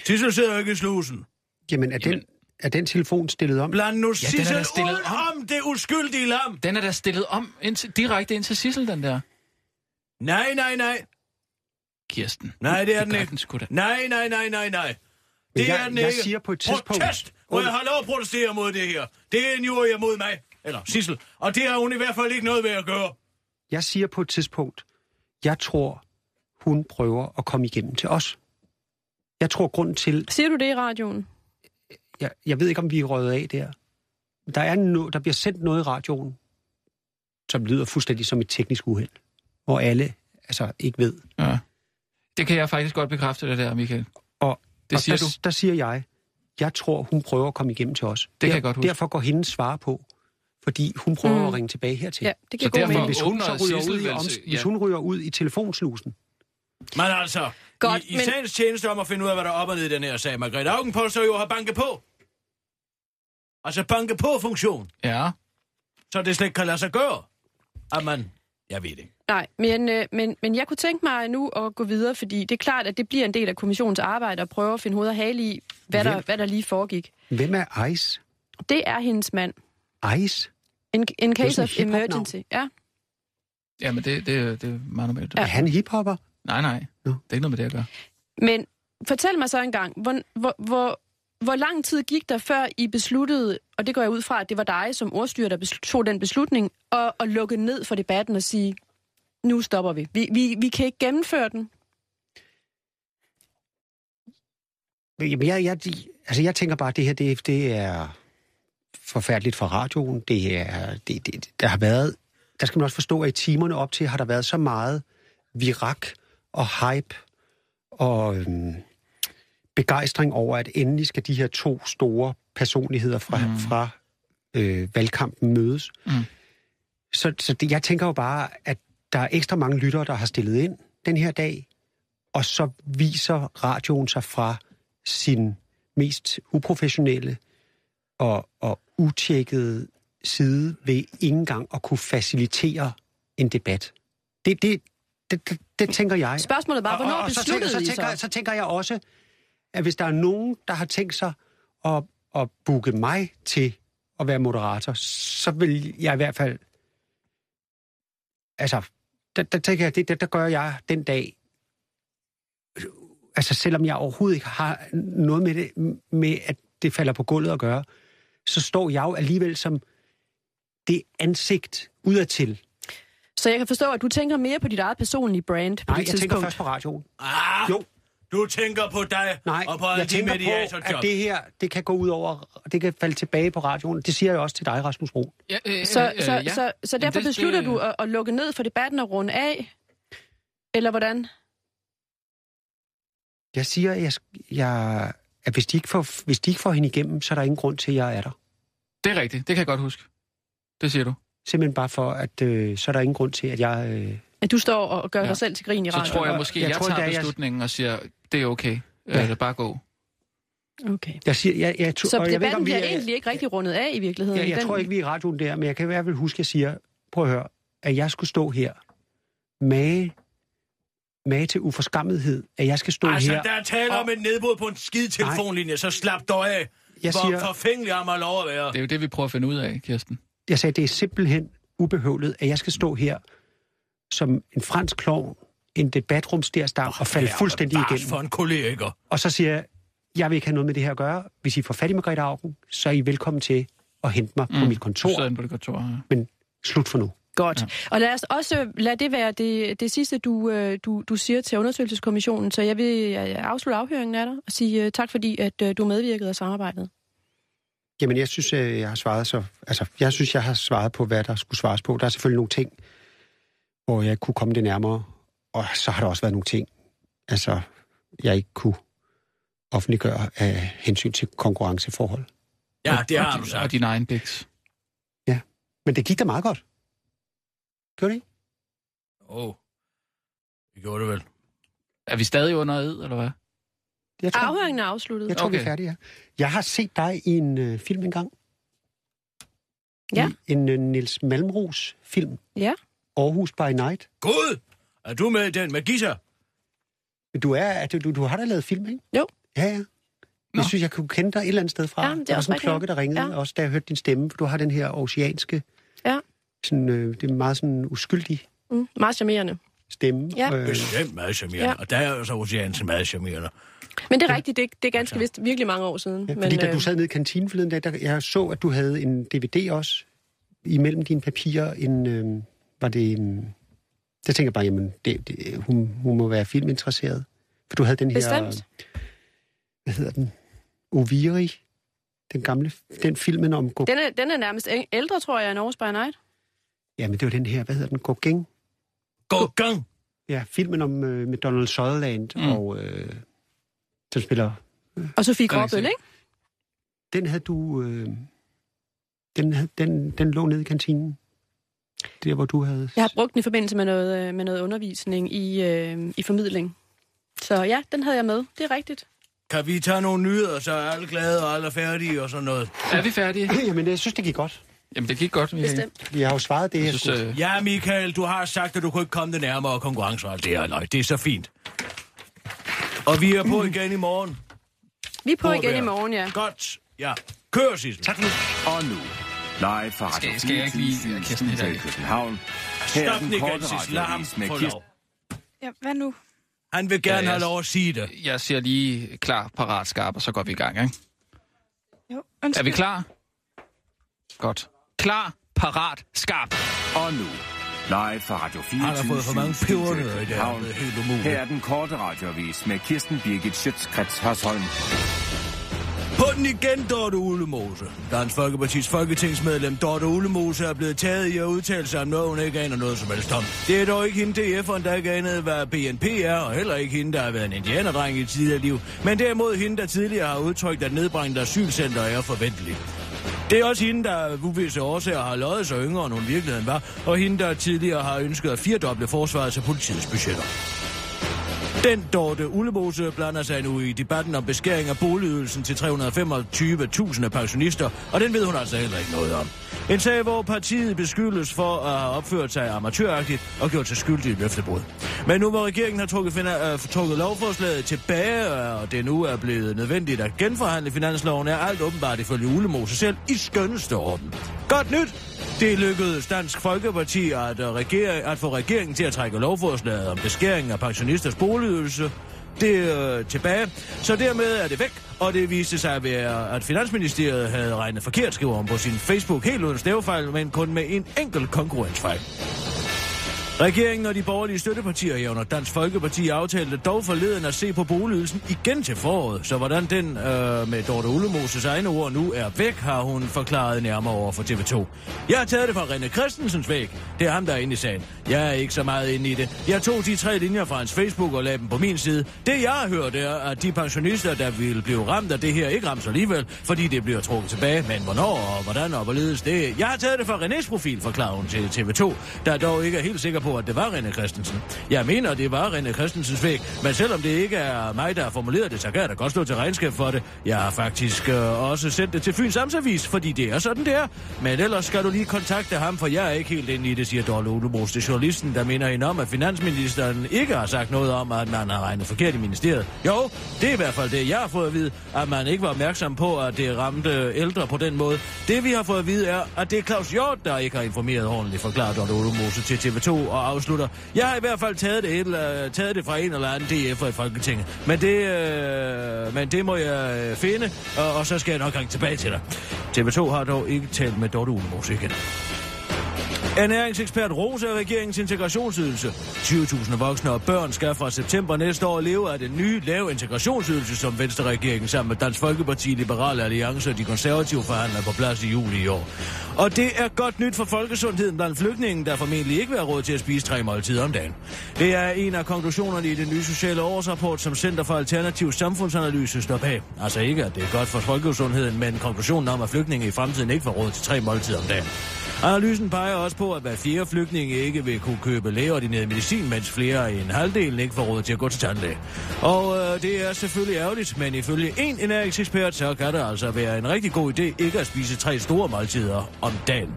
S4: Sissel sidder jo ikke i slusen.
S3: Jamen, er,
S2: Jamen.
S3: Den, er den telefon stillet om?
S4: Bland nu
S2: er da
S4: Sissel
S2: stillet
S4: uden
S2: om.
S4: om det uskyldige lam.
S2: Den er da stillet om ind til, direkte ind til Sissel, den der
S4: Nej, nej, nej.
S2: Kirsten.
S4: Nej, det er den
S2: gør
S4: ikke.
S2: Den sgu da.
S4: Nej, nej, nej, nej, nej.
S3: Men
S4: Det
S3: jeg-
S4: er den
S3: jeg
S4: ikke.
S3: siger på et tidspunkt-
S4: Protest! Og jeg har lov at protestere mod det her. Det er en jury mod mig. Eller Sissel. Og det har hun i hvert fald ikke noget ved at gøre.
S3: Jeg siger på et tidspunkt, jeg tror, hun prøver at komme igennem til os. Jeg tror, grunden til...
S6: Siger du det i radioen?
S3: Jeg, jeg ved ikke, om vi er røget af der. Der, er no, der bliver sendt noget i radioen, som lyder fuldstændig som et teknisk uheld, hvor alle altså, ikke ved.
S2: Ja. Det kan jeg faktisk godt bekræfte, det der, Michael.
S3: Og,
S2: Det
S3: og
S2: siger
S3: der,
S2: du.
S3: der siger jeg, jeg tror, hun prøver at komme igennem til os. Det
S2: kan jeg godt huske.
S3: Derfor går hendes svar på, fordi hun prøver
S6: Mm.
S3: mm. at ringe tilbage hertil.
S6: Ja, det giver
S2: Så
S6: god
S2: derfor-
S3: Men
S6: mening.
S3: hvis hun,
S2: åbner
S3: så ryger
S2: Sissel
S3: ud i,
S2: vel
S3: oms-
S2: til-
S3: hvis
S2: ja.
S3: hun ryger ud i telefonslusen,
S4: Men altså,
S6: Godt,
S4: i, i
S6: men-
S4: sagens tjeneste om at finde ud af, hvad der er op og ned i den her sag, Margrethe Augen påstår jo at have banket på. Altså banke på-funktion,
S2: Ja.
S4: så det slet kan lade sig gøre. At man, jeg ved det.
S6: Nej, men, øh, men, men jeg kunne tænke mig nu at gå videre, fordi det er klart, at det bliver en del af kommissionens arbejde at prøve at finde hoved og hale i, hvad der,
S3: Hvem?
S6: hvad der lige foregik.
S3: hvem er Ice?
S6: Det er hendes mand.
S3: Ice?
S6: In, in
S3: sådan
S6: case
S3: et
S6: of
S3: hiphop-navn.
S6: emergency. Ja.
S2: Ja, men det, det, det er meget normalt.
S3: Ja. Er
S2: Ja.
S3: han hiphopper?
S2: Nej, nej.
S3: Nå.
S2: Det er ikke noget med det at gøre.
S6: Men fortæl mig så engang, hvor, hvor, hvor, hvor lang tid gik der, før I besluttede, og det går jeg ud fra, at det var dig som ordstyrer, der besl- tog den beslutning, at, at lukke ned for debatten og sige, nu stopper vi. Vi, vi, vi kan ikke gennemføre den.
S3: Jamen, jeg, jeg, de- altså, jeg tænker bare, at det her, det, det er forfærdeligt for radioen. Det er, det, det, der har været, der skal man også forstå, at i timerne op til har der været så meget virak og hype og øhm, begejstring over, at endelig skal de her to store personligheder fra, mm. fra øh, valgkampen mødes.
S2: Mm.
S3: Så, så det, jeg tænker jo bare, at der er ekstra mange lyttere, der har stillet ind den her dag, og så viser radioen sig fra sin mest uprofessionelle og, og utjekkede side ved ikke engang at kunne facilitere en debat. Det, det, det, det, det tænker jeg.
S6: Spørgsmålet er bare, hvornår
S3: og, og, og så, tænker,
S6: besluttede
S3: så,
S6: I
S3: tænker,
S6: så?
S3: så tænker jeg også, at hvis der er nogen, der har tænkt sig at, at booke mig til at være moderator, så vil jeg i hvert fald... Altså, der, der tænker jeg, det, der, der gør jeg den dag... Altså, selvom jeg overhovedet ikke har noget med, det, med at det falder på gulvet at gøre, så står jeg jo alligevel som det ansigt udadtil.
S6: Så jeg kan forstå, at du tænker mere på dit eget personlige brand på
S3: Nej,
S6: det
S3: jeg
S6: tidspunkt.
S3: tænker først på radioen.
S4: Ah,
S3: Jo.
S4: Du tænker på dig
S3: Nej,
S4: og på alle
S3: jeg
S4: de
S3: tænker på,
S4: mediatorjob.
S3: at det her, det kan gå ud over, det kan falde tilbage på radioen. Det siger jeg også til dig, Rasmus Bro.
S2: Ja, øh,
S6: Så, så, så, så, så
S2: Jamen,
S6: derfor
S2: det-
S6: beslutter
S2: det-
S6: du at, at lukke ned for debatten og runde af? Eller hvordan?
S3: Jeg siger, at, jeg, jeg, at hvis, de ikke får, hvis de ikke får hende igennem, så er der ingen grund til, at jeg er der.
S2: Det er rigtigt. Det kan jeg godt huske. Det siger du.
S3: Simpelthen bare for, at øh, så er der ingen grund til, at jeg... Øh,
S6: At du står og gør
S2: Ja.
S6: dig selv til grin i
S2: Så
S6: radioen?
S2: tror jeg måske,
S3: Jeg
S2: jeg, jeg
S3: tror,
S2: tager
S3: det er, jeg-
S2: beslutningen og siger, det er okay.
S3: Ja.
S2: Ja. Eller bare gå.
S6: Okay.
S3: jeg siger, jeg, jeg,
S6: Så
S3: og jeg ved ikke,
S6: debatten
S3: om vi
S6: bliver
S3: er-
S6: egentlig ikke rigtig rundet af i virkeligheden.
S3: Jeg, jeg
S6: Den-
S3: tror ikke, vi er i radioen der, men jeg kan i hvert fald huske, at jeg siger, prøv at høre, at jeg skulle stå her, mage, mage til uforskammethed, at jeg skal stå
S4: Altså,
S3: her...
S4: der er tale om
S3: Og-
S4: et nedbrud på en skid telefonlinje, så slap dog af.
S3: Jeg
S4: Hvor
S3: siger-
S4: forfængelig har man lov at være.
S2: Det er jo det, vi prøver at finde ud af, Kirsten.
S3: Jeg sagde, det er simpelthen ubehøvlet, at jeg skal stå her som en fransk klovn, en debatrumsterstang og falde
S4: Ja,
S3: fuldstændig
S4: men bare
S3: igennem.
S4: for en kollega.
S3: Og så siger jeg, jeg vil ikke have noget med det her at gøre. Hvis I får fat i Margrethe Augen, så er I velkommen til at hente mig mm. på mit
S2: Du sidder
S3: kontor.
S2: inde på det kontor. Ja.
S3: Slut for nu.
S6: Godt. Ja. Og lad os også lad det være det, det sidste, du, øh, du, du siger til undersøgelseskommissionen. Så jeg vil øh, afslutte afhøringen af dig og sige øh, tak, fordi at øh, du medvirkede og samarbejdet.
S3: Jamen, jeg synes, øh, jeg har svaret så... Altså, jeg synes, jeg har svaret på, hvad der skulle svares på. Der er selvfølgelig nogle ting, hvor jeg ikke kunne komme det nærmere. Og så har der også været nogle ting, altså, jeg ikke kunne offentliggøre af hensyn til konkurrenceforhold.
S4: Ja, det
S2: Og
S4: har
S2: din-
S4: du
S2: Og
S4: sagt.
S2: din egen biks.
S3: Men det gik da meget godt. Gjorde det ikke?
S4: Åh, oh. det gjorde du vel.
S2: Er vi stadig under ed, eller hvad?
S3: Jeg tror,
S6: Afhøringen er afsluttet.
S3: jeg tror vi er
S2: Okay.
S3: færdige her. Jeg har set dig i en øh, film engang.
S6: Ja.
S3: I en øh, Nils Malmros film.
S6: Ja.
S3: Aarhus by Night.
S4: Gud, er du med i den med Gissa?
S3: Men Du, er, at du, du har da lavet film, ikke?
S6: Jo.
S3: Ja, ja.
S2: Nå.
S3: Jeg synes, jeg kunne kende dig et eller andet sted fra.
S6: Ja, men det er
S3: der var
S6: også
S3: sådan en
S6: rigtigt,
S3: klokke, der ringede,
S6: Ja.
S3: ja. også da jeg hørte din stemme, for du har den her oceanske,
S6: Ja.
S3: sådan, øh, det er meget sådan uskyldig
S6: Mm, meget charmerende.
S3: stemme.
S6: Ja.
S3: Øh,
S4: Bestemt meget charmerende.
S6: Ja.
S4: Ja. Og der er jo så oceansen meget charmerende.
S6: Men det er rigtigt, det, det er ganske vist virkelig mange år siden.
S3: ja,
S6: men,
S3: fordi da
S6: øh,
S3: du sad nede i kantinen forleden dag, der, jeg så, at du havde en DVD også, imellem dine papirer, en, øh, var det en, der tænker jeg bare, jamen, det, det, hun, hun må være filminteresseret. For du havde den her,
S6: Bestemt.
S3: hvad hedder den, Oviri, den gamle, den filmen om Gauguin.
S6: Den er, den er nærmest æ- ældre, tror jeg, end Aarhus by Night.
S3: Jamen, det var den her, hvad hedder den, Gauguin?
S4: Gå gang!
S3: Ja, filmen om øh, med Donald Sutherland,
S2: Mm.
S3: mm. og øh, som spiller...
S6: Og Sofie
S2: Den er ikke
S6: Gråbøl,
S2: sikker.
S6: ikke?
S3: den havde du... Øh, den, havde- den, den lå nede i kantinen. Der, hvor du havde...
S6: Jeg har brugt den i forbindelse med noget, øh, med noget undervisning i, øh, i formidling. Så ja, den havde jeg med. Det er rigtigt.
S4: Kan vi tage nogle nyheder, så er alle glade og alle er færdige og sådan noget?
S2: Er vi færdige?
S3: Jamen, jeg synes, det gik godt.
S2: Jamen, det gik godt. Michael.
S6: Bestemt.
S3: Fordi jeg har jo svaret det, jeg
S2: Jeg synes,
S3: skulle.
S2: øh,
S4: Ja, Michael, du har sagt, at du kunne ikke komme det nærmere konkurrence. og alt Det er, løg. det er så fint. Og vi er på igen i morgen.
S6: Vi er Mm. på
S4: Hvor er
S6: igen
S4: vi?
S6: i morgen, ja.
S4: Godt. Ja. Kør, Sissel.
S2: tak nu.
S5: Og nu, live fra Radio
S2: Skal- skal jeg ikke lige-
S5: 24
S2: Kirsten, det er
S5: Studio i
S2: ikke.
S5: København. Her er
S4: Stop den
S5: den
S4: igen,
S5: korte
S4: Sissel. Lad ham
S5: radiovis med
S4: få
S5: Kirsten.
S4: lov.
S7: Ja, hvad nu?
S4: Han vil gerne
S2: Ja,
S4: have
S2: jeg-
S4: lov at sige det.
S2: Jeg siger lige klar, parat, skarp, og så går vi i gang, ikke?
S7: Jo,
S2: Er
S7: undskyld.
S2: vi klar? Godt. Klar, parat, skarp.
S5: Og nu, live fra Radio 24
S4: Han har fået for mange
S5: Studio i
S4: pebernødder i dag,
S5: København.
S4: det er helt umuligt.
S5: Her er den korte radiovis med Kirsten Birgit Schøtzgrads Hasholm.
S4: På den igen, Dorte Ulemose. Dansk Folkeparti's folketingsmedlem Dorte Ulemose er blevet taget i at udtale sig om noget, hun ikke aner noget som helst om. Det er dog ikke hende DF'eren, der ikke anede, hvad BNP er, og heller ikke hende, der har været en indianerdreng i et tidligere liv. Men derimod hende, der tidligere har udtrykt, at nedbrændt asylcenter er forventeligt. Det er også hende, der af uvisse årsager har løjet sig yngre, end hun i virkeligheden var, og hende, der tidligere har ønsket at firedoble forsvaret til politiets budgetter. Den Dorte Ullemose blander sig nu i debatten om beskæring af boligydelsen til 325.000 af pensionister, og den ved hun altså heller ikke noget om. En sag, hvor partiet beskyldes for at have opført sig amatøragtigt og gjort sig skyldig i løftebrud. Men nu hvor regeringen har trukket, fina- øh, trukket lovforslaget tilbage, øh, og det nu er blevet nødvendigt at genforhandle finansloven, er alt åbenbart ifølge Ullemose selv i skønneste orden. Godt nyt! Det lykkedes Dansk Folkeparti at, øh, regere, at få regeringen til at trække lovforslaget om beskæring af pensionisters boligydelse det øh, tilbage. Så dermed er det væk, og det viste sig at være, at Finansministeriet havde regnet forkert, skriver hun på sin Facebook, helt uden stavefejl, men kun med en enkelt konkurrencefejl. Regeringen og de borgerlige støttepartier herunder Dansk Folkeparti aftalte dog forleden at se på boligydelsen igen til foråret, så hvordan den øh, med Dorte Ullemoses egne ord nu er væk, har hun forklaret nærmere over for TV2. Jeg har taget det fra René Christensens væg. Det er ham, der er inde i sagen. Jeg er ikke så meget inde i det. Jeg tog de tre linjer fra hans Facebook og lagde dem på min side. Det jeg har hørt er, at de pensionister, der ville blive ramt af det her, ikke rammes alligevel, fordi det bliver trukket tilbage. Men hvornår og hvordan og hvorledes det? Jeg har taget det fra Renés profil, forklarer hun til TV2, der dog ikke er helt sikker på, at det var René Christensen. Jeg mener, det var René Christensens væg, men selvom det ikke er mig, der har formuleret det, så kan jeg da godt stå til regnskab for det. Jeg har faktisk øh, også sendt det til Fyns Amtsavis, fordi det er sådan, det er. Men ellers skal du lige kontakte ham, for jeg er ikke helt inde i det, siger Dorle Ulemos til journalisten, der minder hende om, at finansministeren ikke har sagt noget om, at man har regnet forkert i ministeriet. Jo, det er i hvert fald det, jeg har fået at vide, at man ikke var opmærksom på, at det ramte ældre på den måde. Det vi har fået at vide er, at det er Claus Hjort, der ikke har informeret ordentligt, forklarer Dorte Ulomose til TV2 og afslutter. Jeg har i hvert fald taget det, et eller, taget det fra en eller anden DF'er i Folketinget. Men det, øh, men det må jeg øh, finde, og, og så skal jeg nok ringe tilbage til dig. TV2 har dog ikke talt med Dorte Ulomose igen. Ernæringsekspert Rose af regeringens integrationsydelse. 20.000 voksne og børn skal fra september næste år leve af den nye lave integrationsydelse, som Venstre-regeringen sammen med Dansk Folkeparti, Liberale Alliance og de konservative forhandler på plads i juli i år. Og det er godt nyt for folkesundheden blandt flygtninge, der formentlig ikke vil have råd til at spise tre måltider om dagen. Det er en af konklusionerne i den nye sociale årsrapport, som Center for Alternativ Samfundsanalyse står bag. Altså ikke, at det er godt for folkesundheden, men konklusionen om, at flygtninge i fremtiden ikke får råd til tre måltider om dagen. Analysen peger også på, at hver fjerde flygtninge ikke vil kunne købe lægeordineret medicin, mens flere end halvdelen ikke får råd til at gå til tandlæge. Og øh, det er selvfølgelig ærgerligt, men ifølge en ernæringsekspert, så kan det altså være en rigtig god idé ikke at spise tre store måltider om dagen.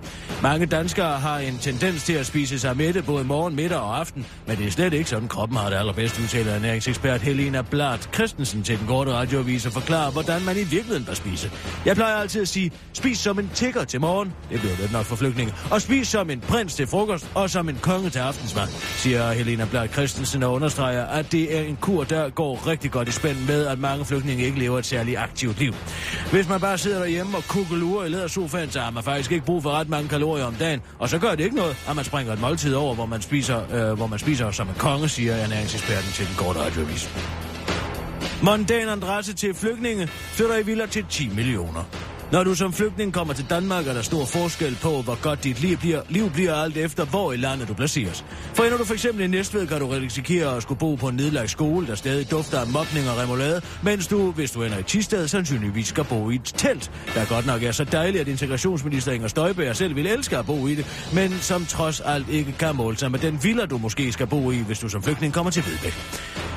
S4: Mange danskere har en tendens til at spise sig mætte både morgen, middag og aften, men det er slet ikke sådan, kroppen har det allerbedst, udtaler ernæringsekspert Helena Blart Christensen til den korte radioavis og forklarer, hvordan man i virkeligheden bør spise. Jeg plejer altid at sige, spis som en tigger til morgen, det bliver lidt nok for flygtninge, og spis som en prins til frokost og som en konge til aftensmad, siger Helena Blart Christensen og understreger, at det er en kur, der går rigtig godt i spænd med, at mange flygtninge ikke lever et særligt aktivt liv. Hvis man bare sidder derhjemme og kukkelurer i lædersofaen, så har man faktisk ikke brug for ret mange kalorier om dagen, og så gør det ikke noget, at man springer et måltid over, hvor man spiser, øh, hvor man spiser som en konge, siger ernæringseksperten til den korte radioavis. Mondan adresse til flygtninge støtter i villa til 10 millioner. Når du som flygtning kommer til Danmark, er der stor forskel på, hvor godt dit liv bliver, liv bliver alt efter, hvor i landet du placeres. For ender du f.eks. i Næstved, kan du risikere at skulle bo på en nedlagt skole, der stadig dufter af mobning og remoulade, mens du, hvis du ender i Tisted, sandsynligvis skal bo i et telt, der godt nok er så dejligt, at integrationsminister Inger Støjberg selv vil elske at bo i det, men som trods alt ikke kan måle sig med den villa, du måske skal bo i, hvis du som flygtning kommer til Vedbæk.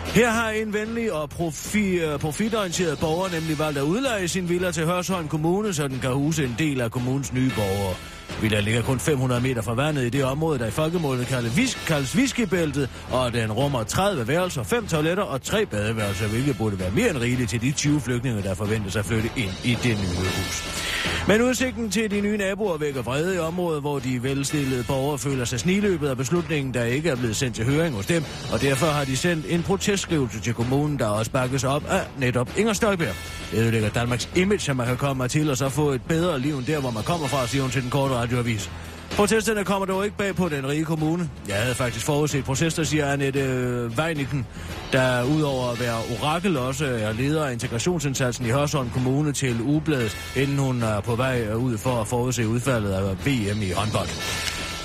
S4: Her har en venlig og profi, øh, profitorienteret borger nemlig valgt at udleje sin villa til Hørsholm Kommune, så den kan huse en del af kommunens nye borgere. Villa ligger kun 500 meter fra vandet i det område, der i folkemålet kaldes, vis, kaldes Viskebæltet, og den rummer 30 værelser, 5 toiletter og 3 badeværelser, hvilket burde være mere end rigeligt til de 20 flygtninge, der forventes at flytte ind i det nye hus. Men udsigten til de nye naboer vækker vrede i området, hvor de velstillede borgere føler sig sniløbet af beslutningen, der ikke er blevet sendt til høring hos dem, og derfor har de sendt en protestskrivelse til kommunen, der også bakkes op af netop Inger Støjberg. Det ødelægger Danmarks image, som man kan komme til, og så få et bedre liv end der, hvor man kommer fra, siger hun til den korte radioavis. Protesterne kommer dog ikke bag på den rige kommune. Jeg havde faktisk forudset protester, siger Annette øh, Weiniken, der udover at være orakel også er leder af integrationsindsatsen i Hørsholm Kommune til Ubladet, inden hun er på vej øh, ud for at forudse udfaldet af VM i håndbold.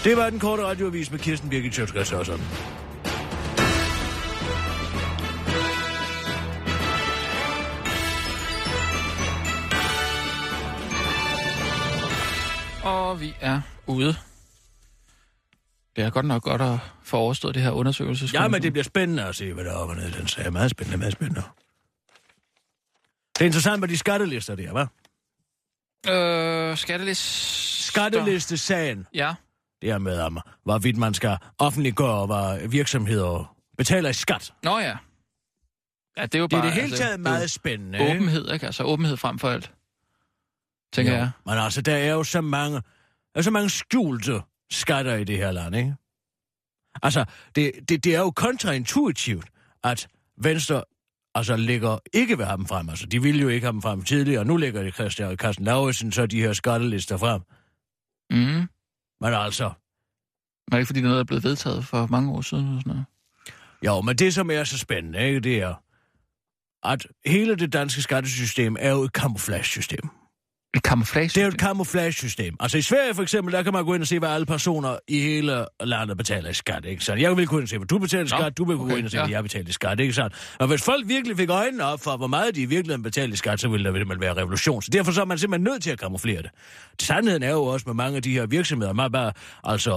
S4: Det var den korte radioavis med Kirsten Birgit Sjøtskrets Hørsholm.
S2: Og vi er ude. Det er godt nok godt at få overstået det her undersøgelse.
S4: Ja, men det bliver spændende at se, hvad der er op og ned i den sag. Meget spændende, meget spændende. Det er interessant med de skattelister der, hva'?
S2: Øh, skattelist...
S4: Skattelistesagen.
S2: Ja.
S4: Det er med om, hvorvidt man skal offentliggøre, hvad virksomheder betaler i skat.
S2: Nå ja. Ja, det er jo
S4: Det er
S2: bare...
S4: i det hele
S2: altså,
S4: taget
S2: er jo
S4: meget spændende. ikke?
S2: Åbenhed, ikke? Altså åbenhed frem for alt, tænker
S4: Jo,
S2: jeg.
S4: Men altså, der er jo så mange, der er så mange skjulte skatter i det her land, ikke? Altså, det, det, det er jo kontraintuitivt, at Venstre altså ligger ikke ved ham frem. Altså, de ville jo ikke have dem frem tidligere, og nu ligger det Christian og Carsten Lauritsen så de her skattelister frem.
S2: Mm.
S4: Men altså,
S2: Men ikke fordi det er noget, der er blevet vedtaget for mange år siden og sådan noget.
S4: jo, men det som er så spændende, ikke, det er, at hele det danske skattesystem er jo et camouflage-system.
S2: Et kamuflage.
S4: Det er jo et camouflage-system. Altså i Sverige for eksempel, der kan man gå ind og se, hvad alle personer i hele landet betaler i skat, ikke sandt? Jeg vil kunne se, hvad du betaler i
S2: Nå,
S4: skat, du vil kunne
S2: okay,
S4: gå ind og se,
S2: ja.
S4: hvad jeg betaler i skat, ikke sandt? Og hvis folk virkelig fik øjnene op for, hvor meget de i virkeligheden betaler i skat, så ville der simpelthen være revolution. Så derfor så er man simpelthen nødt til at camouflere det. Sandheden er jo også med mange af de her virksomheder, man bare, altså,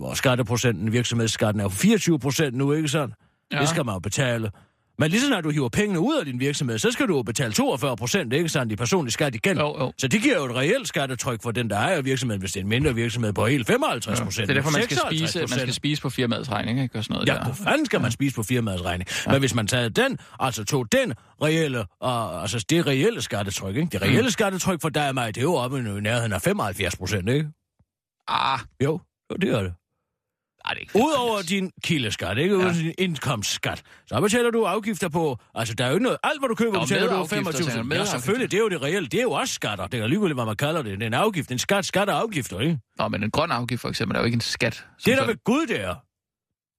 S4: og skatteprocenten, virksomhedsskatten er jo 24 procent nu, ikke sandt? Ja.
S2: Ja.
S4: Det skal man jo betale. Men lige så snart du hiver pengene ud af din virksomhed, så skal du jo betale 42 procent, ikke sandt, i personlig skat igen.
S2: Jo, jo.
S4: Så det giver jo et reelt skattetryk for den, der ejer virksomheden, hvis det er en mindre virksomhed på helt 55
S2: Ja.
S4: procent.
S2: Det er derfor, man skal, spise, man skal spise på firmaets regning, ikke? Og sådan noget
S4: Ja,
S2: der.
S4: hvor fanden skal man spise på firmaets regning? Men hvis man tager den, altså tog den reelle, og, altså det reelle skattetryk, ikke? Det
S2: Mm.
S4: reelle skattetryk for dig og mig, det er jo oppe i nærheden af 75 procent, ikke?
S2: Ah,
S4: Jo, jo, det er det.
S2: nej, det er ikke
S4: Udover din kildeskat, ikke? Udover din indkomstskat, så betaler du afgifter på... Altså, der er jo ikke noget... Alt, hvad du køber,
S2: Nå,
S4: betaler
S2: med
S4: du
S2: afgifter,
S4: 25
S2: tænker du, med
S4: Ja,
S2: afgifter.
S4: selvfølgelig, det er jo det reelle. Det er jo også skatter. Det er ligegyldigt, hvad man kalder det. Det er en afgift. En skat, skat og afgifter, ikke?
S2: Nå, men en grøn afgift for eksempel er jo ikke en skat. som
S4: Det er der
S2: sådan.
S4: ved Gud, det er.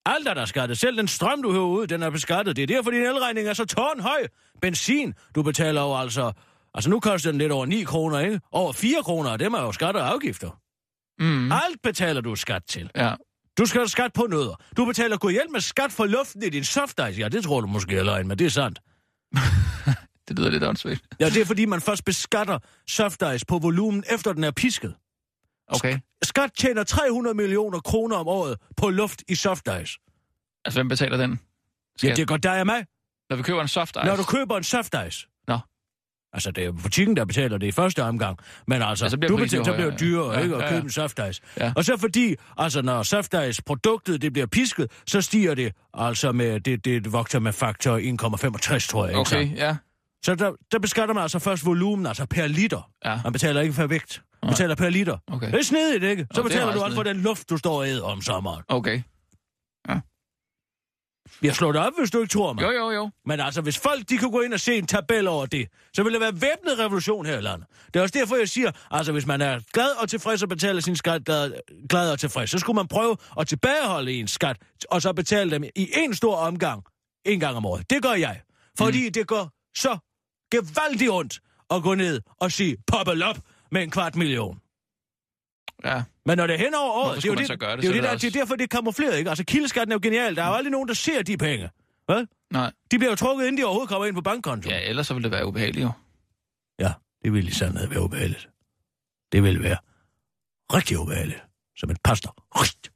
S4: Alt er der skattet. Selv den strøm, du hører ud, den er beskattet. Det er derfor, din elregning er så tårnhøj. Benzin, du betaler jo altså... Altså, nu koster den lidt over 9 kroner, ikke? Over 4 kroner, og dem er jo skatter og afgifter.
S2: Mm.
S4: Alt betaler du skat til.
S2: Ja.
S4: Du skal have skat på nødder. Du betaler gå hjælp med skat for luften i din softice. Ja, det tror du måske er løgn, men det er sandt.
S2: Det lyder lidt åndssvagt.
S4: Ja, det er fordi, man først beskatter softice på volumen, efter den er pisket.
S2: Okay.
S4: Skat tjener 300 millioner kroner om året på luft i softice.
S2: Altså, hvem betaler den?
S4: Ja,
S2: Skat.
S4: det er godt dig og mig.
S2: Når vi køber en soft ice.
S4: Når du køber en soft ice.
S2: Nå.
S4: Altså, det er jo butikken, der betaler det i første omgang. Men altså,
S2: Ja, så
S4: så
S2: bliver
S4: du
S2: prisen
S4: betaler,
S2: jo
S4: så bliver det
S2: højere,
S4: dyrere,
S2: ja.
S4: ja, ikke? At
S2: Ja,
S4: ja,
S2: ja.
S4: købe en soft ice.
S2: Ja.
S4: Og så fordi, altså, når soft ice produktet det bliver pisket, så stiger det, altså med, det, det vokser med faktor 1,65, tror jeg. ikke sandt?
S2: Okay, ja.
S4: Så der, der beskatter man altså først volumen, altså per liter.
S2: Ja.
S4: Man betaler ikke per vægt. Man betaler per liter.
S2: Okay.
S4: Det er snedigt, ikke? Så
S2: det er
S4: betaler
S2: meget
S4: du også for den luft, du står og æder om sommeren.
S2: Okay.
S4: Jeg slår dig op, hvis du ikke tror mig.
S2: Jo, jo, jo.
S4: Men altså, hvis folk de kunne gå ind og se en tabel over det, så ville der være væbnet revolution her i landet. Det er også derfor, jeg siger, altså hvis man er glad og tilfreds og betaler sin skat glad, glad og tilfreds, så skulle man prøve at tilbageholde en skat, og så betale dem i en stor omgang, en gang om året. Det gør jeg. Fordi mm. det går så gevaldigt ondt at gå ned og sige, poppel op med en kvart million.
S2: Ja.
S4: Men når det er hen over
S2: Hvorfor
S4: året, det er
S2: skulle
S4: jo
S2: man
S4: det,
S2: så gøre det?
S4: det, er
S2: Så
S4: jo det,
S2: er
S4: der,
S2: det også-
S4: det er derfor, det er kamufleret, ikke? Altså, kildeskatten er jo genial. Der er jo aldrig nogen, der ser de penge. Hvad?
S2: Nej.
S4: De bliver jo trukket, inden de overhovedet kommer ind på bankkontoen.
S2: Ja, ellers så ville det være ubehageligt jo.
S4: Ja, det ville i sandhed være ubehageligt. Det ville være rigtig ubehageligt. Som et pasta. Rist.